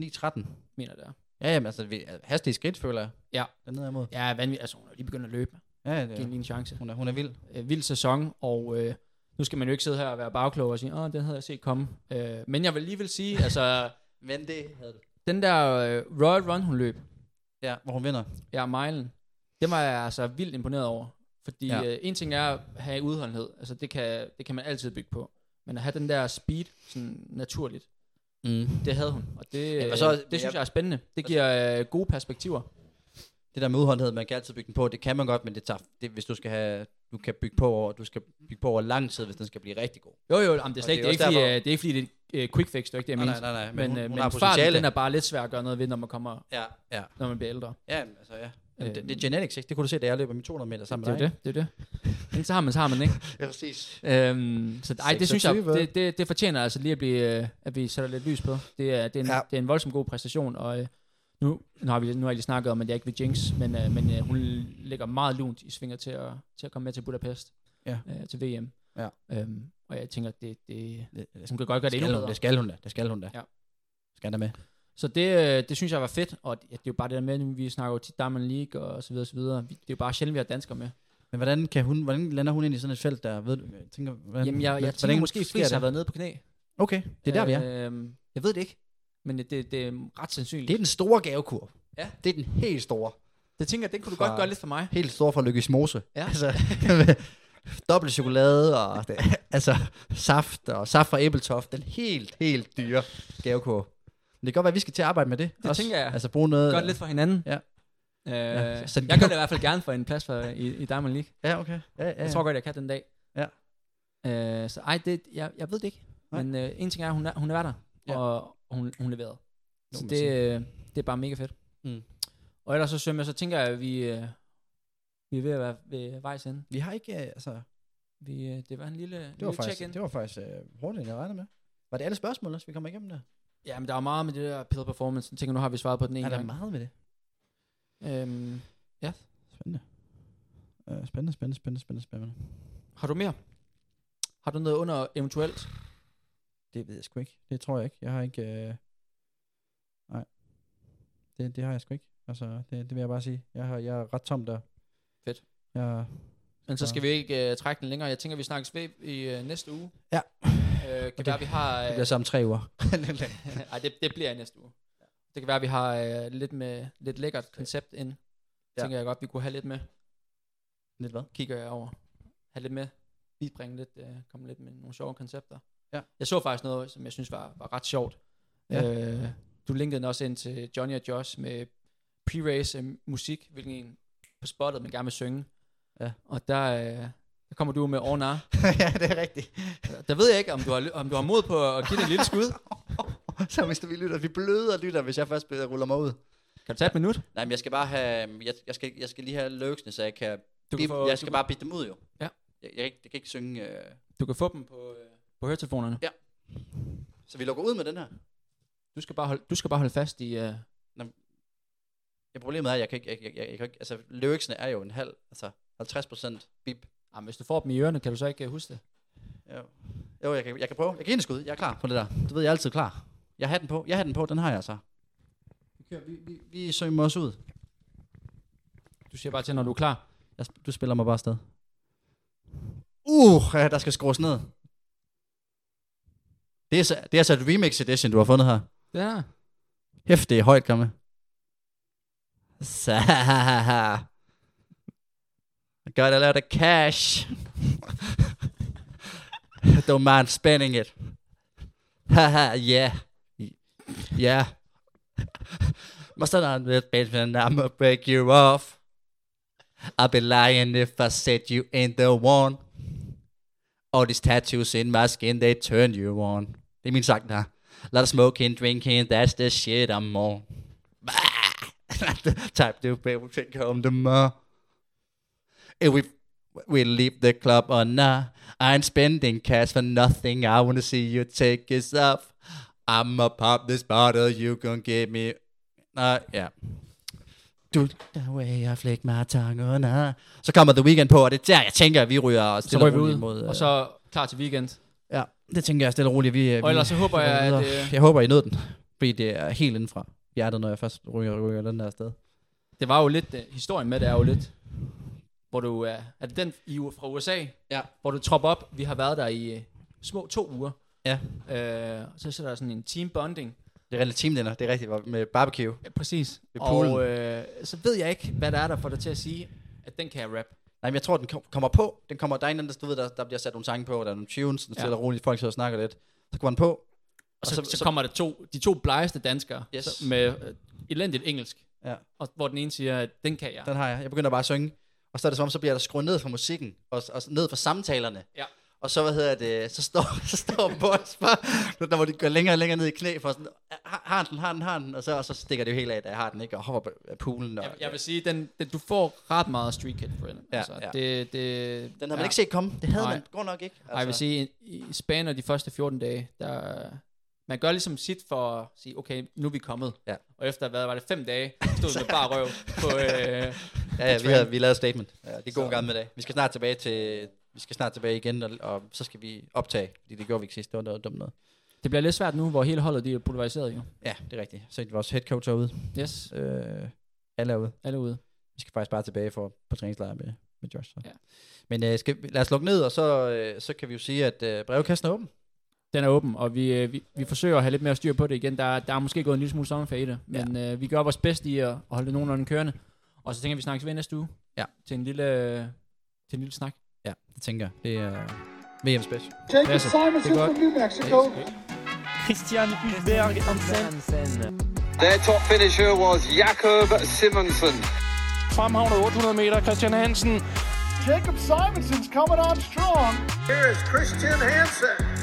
S4: 9-13.
S5: mener jeg, det er.
S4: Ja, jamen altså, vi, hastige skridt, føler jeg.
S5: Ja.
S4: Dernede imod.
S5: Ja, vanvittigt. Altså, hun er lige begyndt at løbe.
S4: Ja,
S5: Giv hende
S4: det,
S5: lige en chance.
S4: hun, er, hun er vild.
S5: øh, vild sæson, og øh, nu skal man jo ikke sidde her og være bagklog og sige, åh, den havde jeg set komme. Øh, men jeg vil alligevel sige, altså,
S4: Men det havde du.
S5: den der øh, Royal Run, hun løb,
S4: Ja, hvor hun vinder.
S5: ja, milen, den var jeg altså vildt imponeret over. Fordi
S4: Ja.
S5: ja. øh, en ting er at have udholdenhed, altså det kan, det kan man altid bygge på. Men at have den der speed, sådan naturligt,
S4: Mm.
S5: det havde hun. Og det,
S4: men
S5: øh,
S4: så-
S5: det
S4: men
S5: synes
S4: jeg-
S5: jeg, er spændende. Det giver øh, gode perspektiver.
S4: det der med udholdenhed, man kan altid bygge den på, det kan man godt, men det tager, det, hvis du skal have, du kan bygge på over, du skal bygge på over lang tid, hvis den skal blive rigtig god.
S5: Jo, jo, jamen, det, er slet
S4: Og
S5: ikke,
S4: det
S5: det,
S4: er
S5: er ikke, fordi, øh,
S4: også derfor-
S5: det er ikke fordi, det er et øh, quick fix, det er ikke det, jeg
S4: Nej,
S5: mener.
S4: nej, nej, nej, men
S5: Men,
S4: hun-
S5: øh,
S4: hun
S5: men
S4: har
S5: farten,
S4: potentiale.
S5: den er bare lidt svær at gøre noget ved, når man, kommer,
S4: Ja, ja.
S5: når man bliver ældre.
S4: Ja, jamen, altså ja. Jamen, det,
S5: Øhm.
S4: det, er genetics, ikke? Det kunne du se, da jeg løber min 200 meter sammen
S5: det er
S4: med
S5: jo
S4: dig.
S5: det, det er jo det. Men så har man, så har man, ikke?
S4: Det. Ja, præcis.
S5: Øhm, så ej, det synes jeg,
S4: 26.
S5: det, det, det fortjener altså lige at, blive, øh, at vi sætter lidt lys på. Det er, det er, en,
S4: Ja.
S5: ja. det er en voldsom god præstation, og øh, nu, nu, har vi, nu har jeg lige snakket om, at jeg ikke vil jinx, men, øh, men øh, hun ligger meget lunt i svinger til at, til at komme med til Budapest,
S4: Ja.
S5: øh, til VM.
S4: Ja.
S5: Øhm, og jeg tænker, at det, det, altså,
S4: Det, det,
S5: hun kan godt gøre det
S4: skal
S5: endnu
S4: hun,
S5: bedre.
S4: det skal hun da, det skal hun da.
S5: Ja.
S4: Skal der med.
S5: Så det, øh, det synes jeg var fedt, og det, ja, det er jo bare det der med, at vi snakker jo tit Diamond League og så videre, så videre. Vi- Det er jo bare sjældent, vi har danskere med.
S4: Men hvordan, kan hun, hvordan lander hun ind i sådan et felt, der ved du, jeg tænker, hvordan,
S5: Jamen, jeg, jeg tænker måske, Friis har været nede på knæ.
S4: Okay, det er der, vi er.
S5: Øh, jeg ved det ikke, men det, det, det er ret sandsynligt.
S4: Det er den store gavekurv.
S5: Ja.
S4: Det er den helt store.
S5: det tænker jeg, den kunne du
S4: Fra-
S5: godt gøre lidt for mig.
S4: Helt store fra Lykkes Mose.
S5: Ja.
S4: Altså,
S7: dobbelt chokolade og det, altså saft og saft fra æbletoft. Den helt, helt dyre gavekurve. Men det kan godt være, at vi skal til at arbejde med det.
S5: Det tænker jeg.
S7: Altså bruge noget.
S5: Godt lidt for hinanden.
S7: Ja.
S5: Øh,
S7: Ja, så-
S5: jeg gør det i hvert fald gerne for en plads for, i, i Diamond League.
S7: Ja, okay. Ja, ja, ja.
S5: Jeg tror godt, jeg kan den dag.
S7: Ja.
S5: Øh, så ej, det, jeg, jeg ved det ikke.
S7: Nej.
S5: Men øh, en ting er, at hun er, hun er der,
S7: Ja.
S5: ja. og og hun, hun leverede.
S7: må
S5: Så
S7: man
S5: det,
S7: sige.
S5: øh, det er bare mega fedt.
S7: Mm.
S5: Og ellers så, Sømme, så tænker jeg, at vi, øh, vi er ved at være ved vejs ende.
S7: Vi har ikke, øh, altså...
S5: Vi, øh, det var en lille,
S7: Det var
S5: lille
S7: faktisk,
S5: check-in.
S7: det var faktisk øh, hurtigt, end jeg regnede med. Var det alle spørgsmål også, vi kommer igennem der?
S5: Ja, men der er meget med det der pedal performance. Jeg tænker, nu har vi svaret på den ene
S7: Er der
S5: gang.
S7: meget med det?
S5: Øhm,
S7: Spændende. Uh, spændende, spændende, spændende, spændende, spændende.
S5: har du mere? Har du noget under eventuelt?
S7: Det ved jeg sgu ikke. Det tror jeg ikke. Jeg har ikke... Øh... Nej. Det, det har jeg sgu ikke. Altså, det, det vil jeg bare sige. Jeg, har, jeg er ret tom der.
S5: Fedt.
S7: Jeg...
S5: Men så skal
S7: Ja.
S5: vi ikke øh, trække den længere. Jeg tænker, vi snakkes ved i øh, næste uge.
S7: Ja.
S5: Øh, kan være, vi har... Øh,
S7: Det bliver så om tre uger.
S5: Ej, det, det bliver i næste uge. Det kan være, at vi har øh, lidt med lidt lækkert koncept ind. Ja.
S7: Ja.
S5: Tænker jeg godt, vi kunne have lidt med.
S7: Lidt hvad?
S5: Kigger jeg over. Have lidt med. Bibringe lidt, øh, komme lidt med nogle sjove koncepter.
S7: Ja.
S5: Jeg så faktisk noget, som jeg synes var, var ret sjovt.
S7: Ja.
S5: Øh, du linkede den også ind til Johnny og Josh med pre-race øh, musik, hvilken en på spottet, man gerne vil synge.
S7: Ja.
S5: Og der, øh, der kommer du med Orna.
S7: ja, det er rigtigt.
S5: Der ved jeg ikke, om du har, ly- om du har mod på at give det et lille skud.
S7: så hvis vi lytter, vi bløder lytter, hvis jeg først øh, ruller mig ud.
S5: Kan du tage et minut?
S4: Nej, men jeg skal bare have, jeg, jeg, skal, jeg skal lige have lyricsene, så jeg kan,
S5: Du kan
S4: bip,
S5: få-
S4: jeg skal
S5: du kan-
S4: bare bitte dem ud jo.
S5: Ja.
S4: Jeg, jeg, kan ikke- jeg kan ikke synge, øh,
S5: Du kan få dem på, øh, på høretelefonerne.
S4: så vi lukker ud med den her.
S5: Du skal bare holde, du skal bare holde fast i... Uh,
S4: Ja, problemet er, at jeg kan ikke, jeg, jeg, jeg, jeg kan ikke, altså lyricsene er jo en halv, altså 50 procent bip.
S5: ah, hvis du får dem i ørerne, kan du så ikke øh, huske det?
S4: Jo, jo jeg, kan, jeg kan prøve. Jeg kan give den et skud. Jeg er klar på det der. Du ved, jeg er altid klar. Jeg har den på. Jeg har den på. Den har jeg så.
S5: Vi, kører, vi, vi.
S4: Vi søger os ud.
S5: Du siger bare til, når du er klar.
S4: Jeg, sp- du spiller mig bare afsted. Uh, ja, der skal skrues ned. Det er, så, det er så et remix edition, du har fundet her.
S5: Det her.
S4: Hæft, det er højt, komme. Så. Got a lot of cash. Don't mind spending it. Haha, yeah. Yeah. Must have done this, bitch, and I'ma break you off. I'd be lying if I said you ain't the one. All these tattoos in my skin, they turn you on. Det er min sang, der. Lot of smoking, drinking, that's the shit I'm on. Not the type er to pay will take home tomorrow. If we we leave the club or not, I ain't spending cash for nothing. I wanna see you take this off. I'ma pop this bottle, you gon' give me. Uh, yeah. Do the way I flick my tongue on her. Så kommer The Weekend på, og det er der, jeg tænker, at vi ryger
S5: Så
S4: stille
S5: røg vi
S4: og
S5: ud,
S4: roligt mod. øh,
S5: og så klar til weekend.
S4: Ja, det tænker jeg stille og roligt. Vi, øh,
S5: Og
S4: vi-
S5: ellers så håber jeg, at... Øh,
S7: Jeg håber, I nød den. Fordi det er helt indenfra hjertet, når jeg først ryger, ryger den der sted.
S5: det var jo lidt... Øh, historien med det er jo lidt... Hvor du er... Er det den i, u- fra USA?
S4: Ja.
S5: Hvor du tropper op. Vi har været der i øh, små to uger.
S4: Ja.
S5: Øh, så sidder der sådan en team bonding.
S4: Det er rigtig teamdinner, det er rigtigt, hvor- med barbecue.
S5: Ja, præcis.
S4: Ved poolen.
S5: Og øh, så ved jeg ikke, hvad der er, der får dig til at sige, at den kan jeg rap.
S4: Nej, men jeg tror, den kom, kommer på. Den kommer, der er en eller anden, der, du ved, der, der bliver sat nogle sange på, der er nogle tunes, den
S5: Ja.
S4: stille og roligt, folk sidder og snakker lidt. Så går den på.
S5: Og så, så, så kommer der to, de to blegeste danskere
S4: Yes.
S5: så, med øh, elendigt engelsk.
S4: Ja.
S5: Og hvor den ene siger, at den kan jeg.
S4: den har jeg. Jeg begynder bare at synge. Og så er det som om, så bliver der skruet ned for musikken, og, og ned for samtalerne.
S5: Ja.
S4: Og så, hvad hedder det, så står, så står Boris bare, der hvor de går længere og længere ned i knæ, for sådan, har har den, har den, har den, og så, og så stikker det jo helt af, da jeg har den, ikke, og hopper på poolen. Og,
S5: Jeg, jeg vil sige, den, den, du får ret meget street kid for den.
S4: Ja,
S5: altså,
S4: ja.
S5: Det, det,
S4: Den har man ikke set komme. Det havde
S5: Nej.
S4: Nej. man godt nok ikke. Altså,
S5: Altså. Jeg vil sige, i i Spanien og de første 14 dage, der, man gør ligesom sit for at sige, okay, nu er vi kommet.
S4: Ja.
S5: Og efter, hvad var det, fem dage, stod vi med bare røv på... Øh,
S4: Ja, ja vi,
S5: Train.
S4: havde, vi lavede et statement. Ja, det er
S5: Så-
S4: gode gamle dage. Vi skal snart tilbage til vi skal snart tilbage igen, og, og så skal vi optage, fordi det gjorde vi ikke sidst. Det var noget dumt noget.
S5: det bliver lidt svært nu, hvor hele holdet de er polariseret jo.
S4: Ja, det er rigtigt. Så er vores head coach er ude.
S5: Yes,
S4: Øh, alle er ude.
S5: alle ude.
S4: Vi skal faktisk bare tilbage for på træningslejr med, med Josh. Så.
S5: Ja.
S4: Men øh, skal, vi- lad os lukke ned, og så, øh, så kan vi jo sige, at øh, brevkassen er åben.
S5: Den er åben, og vi, øh, vi, vi forsøger at have lidt mere styr på det igen. Der, der er måske gået en lille smule sommerferie i det, men øh, vi gør vores bedste i at, at holde det nogenlunde kørende. Og så tænker jeg, vi snakkes ved næste uge
S4: Ja.
S5: til, en lille, øh, til en lille snak.
S4: Ja, det tænker jeg. Det er VM special.
S1: Jacob
S5: Lasse,
S1: Simonsen
S5: det er godt.
S1: from New Mexico.
S2: Christian Hulberg Hansen
S3: Their top finisher was Jakob Simonsen.
S2: fremhavnet 800 meter, Christian Hansen
S1: Jacob Simonsen's coming on strong.
S8: Here is Christian Hansen.